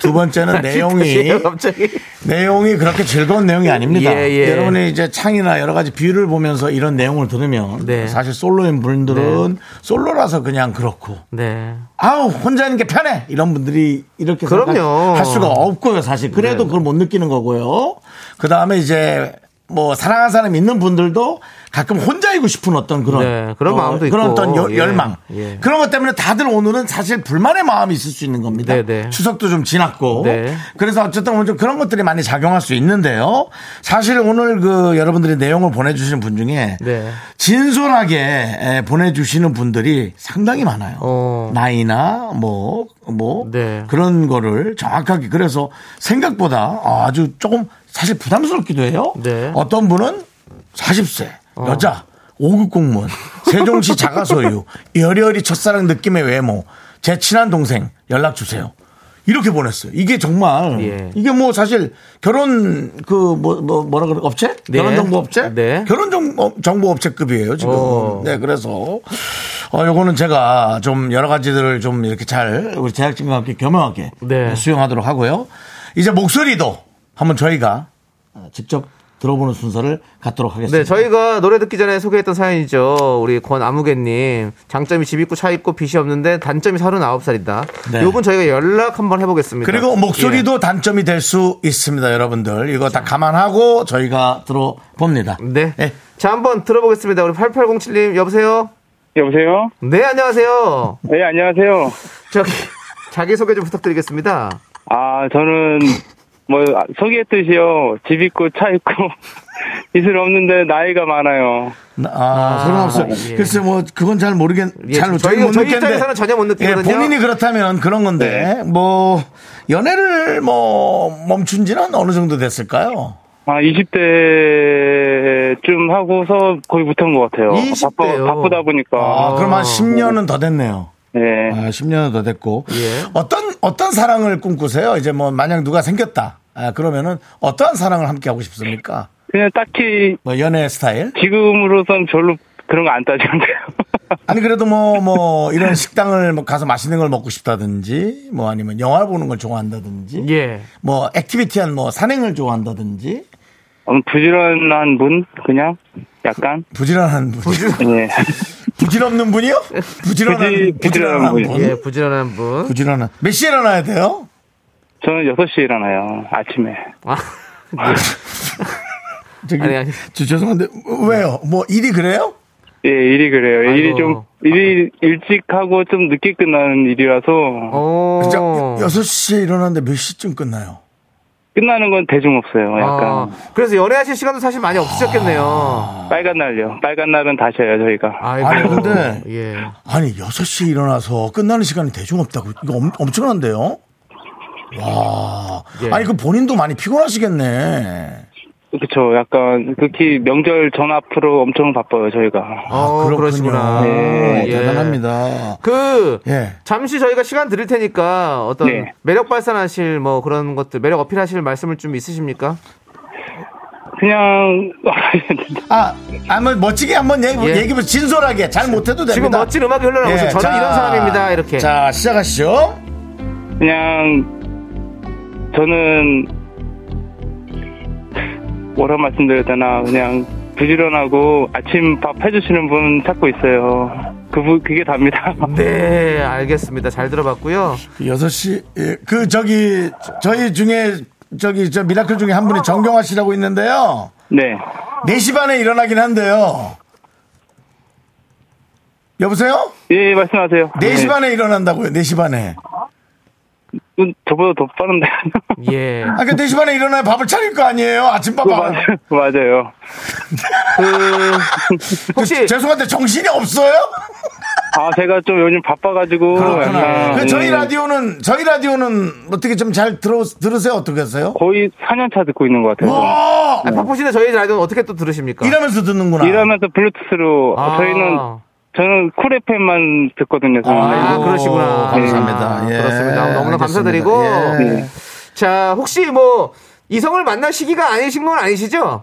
두 (laughs) 번째는 내용이 갑자기 내용이 그렇게 즐거운 내용이 아닙니다. 예, 예. 여러분이 이제 창이나 여러 가지 뷰를 보면서 이런 내용을 들으면 네. 사실 솔로인 분들은 솔로라서 그냥 그렇고 네. 아우 혼자 있는 게 편해 이런 분들이 이렇게 그럼요. 네. 생각할- 할 수가 없고요 사실 그래도 그걸 못 느끼는 거고요 그 다음에 이제 뭐 사랑하는 사람이 있는 분들도 가끔 혼자이고 싶은 어떤 그런 네, 그런 마음도 있고. 그런 어떤 열- 예, 열망 예. 그런 것 때문에 다들 오늘은 사실 불만의 마음이 있을 수 있는 겁니다 네, 네. 추석도 좀 지났고 네. 그래서 어쨌든 오늘 좀 그런 것들이 많이 작용할 수 있는데요 사실 오늘 그 여러분들이 내용을 보내주시는 분 중에 네. 진솔하게 에, 보내주시는 분들이 상당히 많아요. 어. 나이나 뭐, 뭐, 네. 그런 거를 정확하게 그래서 생각보다 아주 조금 사실 부담스럽기도 해요. 네. 어. 어떤 분은 40세 여자 5급 공무원 세종시 자가소유 (laughs) 여리여리 첫사랑 느낌의 외모 제 친한 동생 연락 주세요. 이렇게 보냈어요. 이게 정말 예. 이게 뭐 사실 결혼 그 뭐 뭐 뭐라 그래 업체 네. 결혼 정보 업체 네. 결혼 정보, 정보 업체급이에요 지금. 어. 네, 그래서 어 요거는 제가 좀 여러 가지들을 좀 이렇게 잘 우리 제작진과 함께 겸허하게 네. 수용하도록 하고요. 이제 목소리도 한번 저희가 어, 직접 들어보는 순서를 갖도록 하겠습니다. 네, 저희가 노래 듣기 전에 소개했던 사연이죠. 우리 권아무개님. 장점이 집 있고 차 있고 빚이 없는데 단점이 39살이다. 네. 요건 저희가 연락 한번 해보겠습니다. 그리고 목소리도 단점이 될 수 있습니다, 여러분들. 이거 다 감안하고 저희가 들어봅니다. 예. 그렇죠. 네. 네. 자, 한번 들어보겠습니다. 우리 8807님, 여보세요? 여보세요? 네, 안녕하세요. 네, 안녕하세요. 저기, 자기소개 좀 부탁드리겠습니다. 아, 저는, 뭐, 아, 소개했듯이요. 집 있고, 차 있고, 이슬 없는데 나이가 많아요. 아, 서른 없어. 예. 글쎄 뭐 그건 잘 모르겠. 예, 잘 저희- 저희는 못 저희 느꼈는데. 입장에서는 전혀 못 느끼거든요. 네. 예, 본인이 그렇다면 그런 건데 뭐 연애를 뭐 멈춘지는 어느 정도 됐을까요? 아, 20대쯤 하고서 거의 못한 것 같아요. 20대 요. 어, 바쁘, 다 보니까. 아, 어. 그럼 한 10년은 더 됐네요. 네. 아, 10년은 더 됐고 예. 어떤 어떤 사랑을 꿈꾸세요? 이제 뭐 만약 누가 생겼다. 아, 그러면은 어떠한 사랑을 함께 하고 싶습니까? 그냥 딱히 뭐 연애 스타일? 아. 지금으로선 별로 그런 거 안 따지는데요. (laughs) 아니 그래도 뭐 뭐 이런 식당을 뭐 가서 맛있는 걸 먹고 싶다든지 뭐 아니면 영화 보는 걸 좋아한다든지 예. 뭐 액티비티한 뭐 산행을 좋아한다든지 음, 부지런한 분? 그냥? 약간? 부지런한 분 네. (laughs) 부질없는 분이요? 부지런한 부지- 부지런한 부지런한 분. 분. 예, 부지런한 분. 부지런한. 몇 시에 일어나야 돼요? 저는 6시에 일어나요. 아침에. 아, 저기 아니, 아니. 저, 죄송한데 왜요? 뭐 일이 그래요? 예, 일이 그래요. 아이고. 아. 일이 좀, 일이 일찍 하고 좀 늦게 끝나는 어. 일이라서, 오. 진짜 6시에 일어나는데 몇 시쯤 끝나요? 끝나는 건 대중 없어요. 약간. 아, 그래서 연애하실 시간도 사실 많이 없으셨겠네요. 빨간 날요. 빨간 날은 다시 해요, 저희가. 아. 아이고. 아니, 근데- 예. 아니 6시에 일어나서 끝나는 시간이 대중 없다고 이거 엄, 엄청난데요? 와. 예. 아니 그 본인도 많이 피곤하시겠네. 그쵸. 약간, 특히 명절 전 앞으로 엄청 바빠요, 저희가. 어, 아, 그렇군요. 그러시구나. 네, 예. 대단합니다. 그 예. 잠시 저희가 시간 드릴 테니까 어떤 네. 매력 발산하실 뭐 그런 것들 매력 어필하실 말씀을 좀 있으십니까? 그냥, (laughs) 아, 한번 멋지게 한번 얘기, 예. 얘기해 진솔하게 잘 못해도 됩니다. 지금 멋진 음악이 흘러나오고 있어요. 네, 저는 예, 자, 이런 사람입니다. 이렇게. 자, 시작하시죠. 그냥, 저는, 뭐라 말씀드려야 되나, 그냥, 부지런하고 아침 밥 해주시는 분 찾고 있어요. 그분 그게 답니다. (laughs) 네, 알겠습니다. 잘 들어봤고요. 6시, 예, 그, 저기, 저희 중에, 저기, 저 미라클 중에 한 분이 정경화 씨라고 있는데요. 네. 4시 반에 일어나긴 한데요. 여보세요? 예, 말씀하세요. 네, 4시 반에 일어난다고요, 4시 반에. 네. 저보다 더 빠른데. (laughs) 예. 아, 그 4시 반에 일어나야 밥을 차릴 거 아니에요? 아침밥 그거 안. 맞아요. 맞아요. (laughs) 그, 혹시, 죄송한데 정신이 없어요? 아, 제가 좀 요즘 바빠가지고. 약간, 그 저희 음, 라디오는, 저희 라디오는 어떻게 좀 잘 들어, 들으세요? 어떻게 하세요? 거의 4년차 듣고 있는 것 같아요. 와! 아, 박보신의 저희 라디오는 어떻게 또 들으십니까? 네. 이러면서 듣는구나. 일하면서 블루투스로 아. 어, 저희는 저는 쿨 FM만 듣거든요. 저는. 아, 그러시구나. 감사합니다. 아, 예, 그렇습니다. 알겠습니다. 너무나 감사드리고. 네. 예. 자, 혹시 뭐, 이성을 만날 시기가 아니신 건 아니시죠?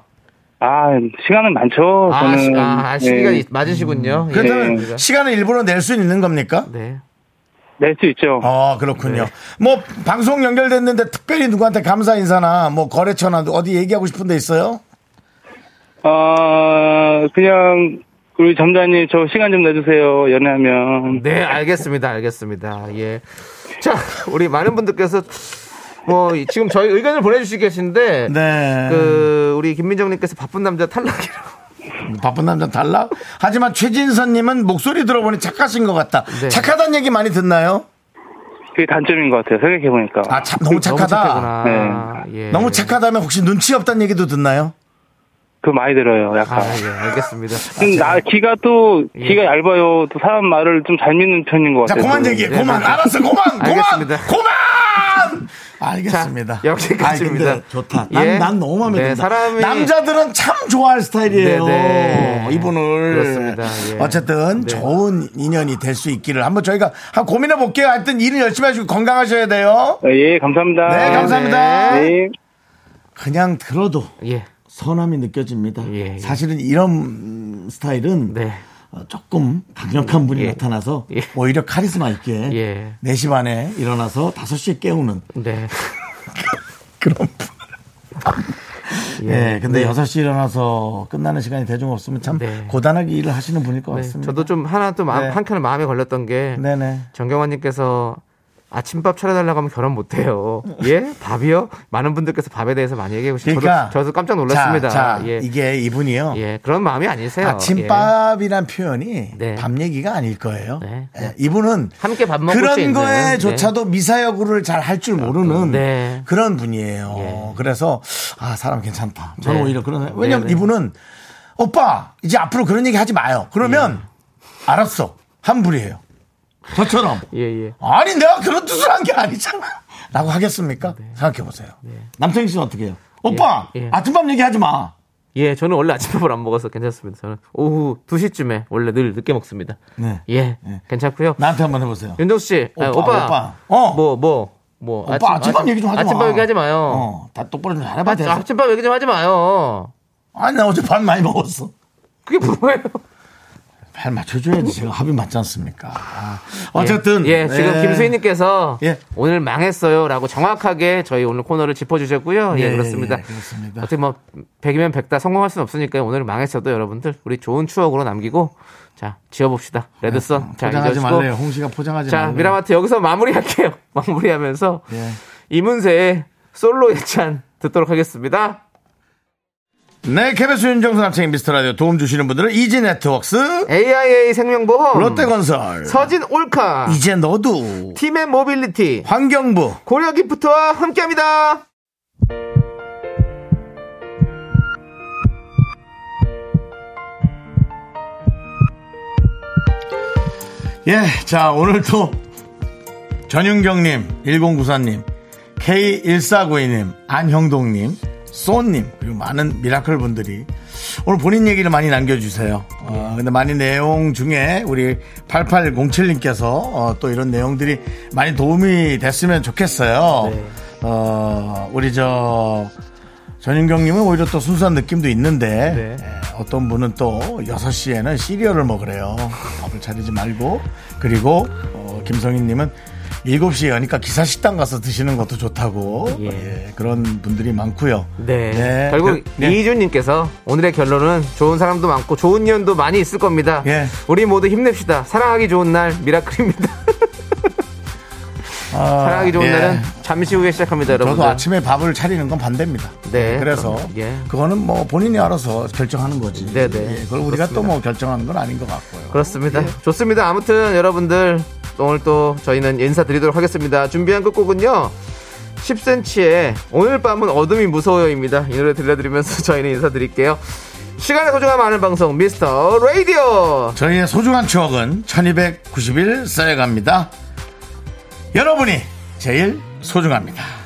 아 시간은 많죠. 아, 저는 시, 아, 시기가 예, 있- 맞으시군요. 그렇다면 예. 시간을 일부러 낼 수 있는 겁니까? 네. 낼수 있죠. 아 그렇군요. 뭐 방송 연결됐는데 특별히 누구한테 감사 인사나 뭐 거래처나 어디 얘기하고 싶은 데 있어요? 어 그냥 우리 점자님 저 시간 좀 내주세요. 연애하면 네, 알겠습니다. 알겠습니다. 예. 자, 우리 많은 분들께서 뭐, 이- 지금 저희 의견을 보내주시고 계신데. 네. 그, 우리 김민정님께서 바쁜 남자 탈락이라고. 바쁜 남자 달라. 하지만 최진선님은 목소리 들어보니 착하신 것 같다. 네. 착하다는 얘기 많이 듣나요? 그게 단점인 것 같아요. 생각해 보니까. 아 참, 너무 네. 착하다. 너무 착하구나. 네. 예. 너무 착하다면 혹시 눈치 없다는 얘기도 듣나요? 그 많이 들어요. 약간. 아, 예, 알겠습니다. 아, 좀 예. 나 귀가 또 귀가 얇아요. 또 사람 말을 좀 잘 믿는 편인 것 자, 같아요. 그만 저는. 얘기해. 네, 그만. 네. 알았어. 그만. 그만. (laughs) 알겠습니다. 그만. 알겠습니다. 자, 여기까지입니다. 아니, 근데 좋다. 난, 예. 난 너무 마음에 네, 든다. 사람이- 남자들은 참 좋아할 스타일이에요. 네, 네. 이분을. 그렇습니다. 예. 어쨌든 네. 좋은 인연이 될 수 있기를 한번 저희가 한 고민해 볼게요. 하여튼 일을 열심히 하시고 건강하셔야 돼요. 어, 예 감사합니다. 아, 네, 감사합니다. 네. 그냥 들어도 예. 선함이 느껴집니다. 예, 예. 사실은 이런 음, 스타일은 네. 어, 조금 강력한 분이 예. 나타나서 예. 오히려 카리스마 있게 예. 4시 반에 일어나서 5시에 깨우는 네. 그런 분. 예. 예, 근데 6시 일어나서 끝나는 시간이 대중 없으면 참 네. 고단하게 일을 하시는 분일 것 네, 같습니다. 저도 좀 하나 또 마음, 네. 한켠에 마음에 걸렸던 게 네네. 정경환님께서 아침밥 차려달라고 하면 결혼 못해요. 예? 밥이요? 많은 분들께서 밥에 대해서 많이 얘기해 주시고 그러니까 저도, 저도 깜짝 놀랐습니다. 자, 자, 예. 이게 이분이요. 예, 그런 마음이 아니세요. 아침밥이란 표현이 네. 밥 얘기가 아닐 거예요. 네. 예, 이분은 함께 밥 먹을 수 그런 있는, 거에조차도 미사여구를 잘 할 줄 모르는 네. 그런 분이에요. 예. 그래서 아 사람 괜찮다. 저는 네. 오히려 그런 생각- 왜냐면 네, 네. 이분은 오빠 이제 앞으로 그런 얘기 하지 마요. 그러면 알았어 환불이에요. 저처럼 예, 예. 예. 아니 내가 그런 뜻을 한 게 아니잖아. 라고 하겠습니까? 생각해 보세요. 남창희 씨는 어떻게 해요? 오빠 네. 예. 아침밥 얘기하지 마. 예, 저는 원래 아침밥을 안 먹어서 괜찮습니다. 저는 오후 2시쯤에 원래 늘 늦게 먹습니다. 네. 예, 네. 괜찮고요. 나한테 한번 해보세요. 윤정 씨, 오빠, 아, 오빠, 오빠. 어. 뭐, 뭐, 뭐. 오빠 아침밥 얘기 좀 하지 마. 아침밥 얘기하지 마요. 어, 다 똑바로 좀 알아봐. 아, 아, 아침밥 얘기 좀 하지 마요. 아니, 나 어제 밥 많이 먹었어. 그게 뭐예요? 잘 맞춰줘야지. 제가 합이 맞지 않습니까? 아, 어쨌든. 예, 예, 지금 예. 김수희님께서 예. 오늘 망했어요라고 정확하게 저희 오늘 코너를 짚어주셨고요. 예, 예, 그렇습니다. 예, 그렇습니다. 어떻게 뭐 100이면 100다 성공할 수는 없으니까 오늘 망했어도 여러분들 우리 좋은 추억으로 남기고 자 지어봅시다. 레드선 자 음, 포장하지 잊어주고. 아, 말래요. 홍시가 포장하지 자 말래요. 미라마트 여기서 마무리할게요. (laughs) 마무리하면서 예. 이문세의 솔로 예찬 듣도록 하겠습니다. 네, 케베스 윤정수 남창인 미스터 라디오 도움 주시는 분들은 이지 네트웍스, AIA 생명보험 롯데건설, 서진 올카 이제 너도, 팀의 모빌리티 환경부. 고려기프트와 함께합니다. 예, 자, 오늘 또 전윤경님, 1094님, K1492님, 안형동님, 쏘님, 그리고 많은 미라클 분들이 오늘 본인 얘기를 많이 남겨주세요. 어, 근데 많이 내용 중에 우리 8807님께서 어, 또 이런 내용들이 많이 도움이 됐으면 좋겠어요. 어, 우리 저 전윤경님은 오히려 또 순수한 느낌도 있는데 네. 예, 어떤 분은 또 6시에는 시리얼을 먹으래요. 밥을 차리지 말고. 그리고 어, 김성희님은 7시에 여니까 기사식당 가서 드시는 것도 좋다고 예. 예, 그런 분들이 많고요. 네. 네. 결국 네. 이희준님께서 오늘의 결론은 좋은 사람도 많고 좋은 년도 많이 있을 겁니다. 예. 우리 모두 힘냅시다. 사랑하기 좋은 날 미라클입니다. 아, 사랑하기 좋은 예. 날은 잠시 후에 시작합니다, 여러분. 저도 아침에 밥을 차리는 건 반대입니다. 네, 그래서 그럼, 예. 그거는 뭐 본인이 알아서 결정하는 거지. 네, 네. 예, 그걸 우리가 또 뭐 결정하는 건 아닌 것 같고요. 그렇습니다. 예. 좋습니다. 아무튼 여러분들 오늘 또 저희는 인사드리도록 하겠습니다. 준비한 끝곡은요. 10cm의 오늘 밤은 어둠이 무서워요입니다. 이 노래 들려드리면서 (laughs) 저희는 인사드릴게요. 시간의 소중함 아는 방송 미스터 라디오. 저희의 소중한 추억은 1291 쌓여갑니다. 여러분이 제일 소중합니다.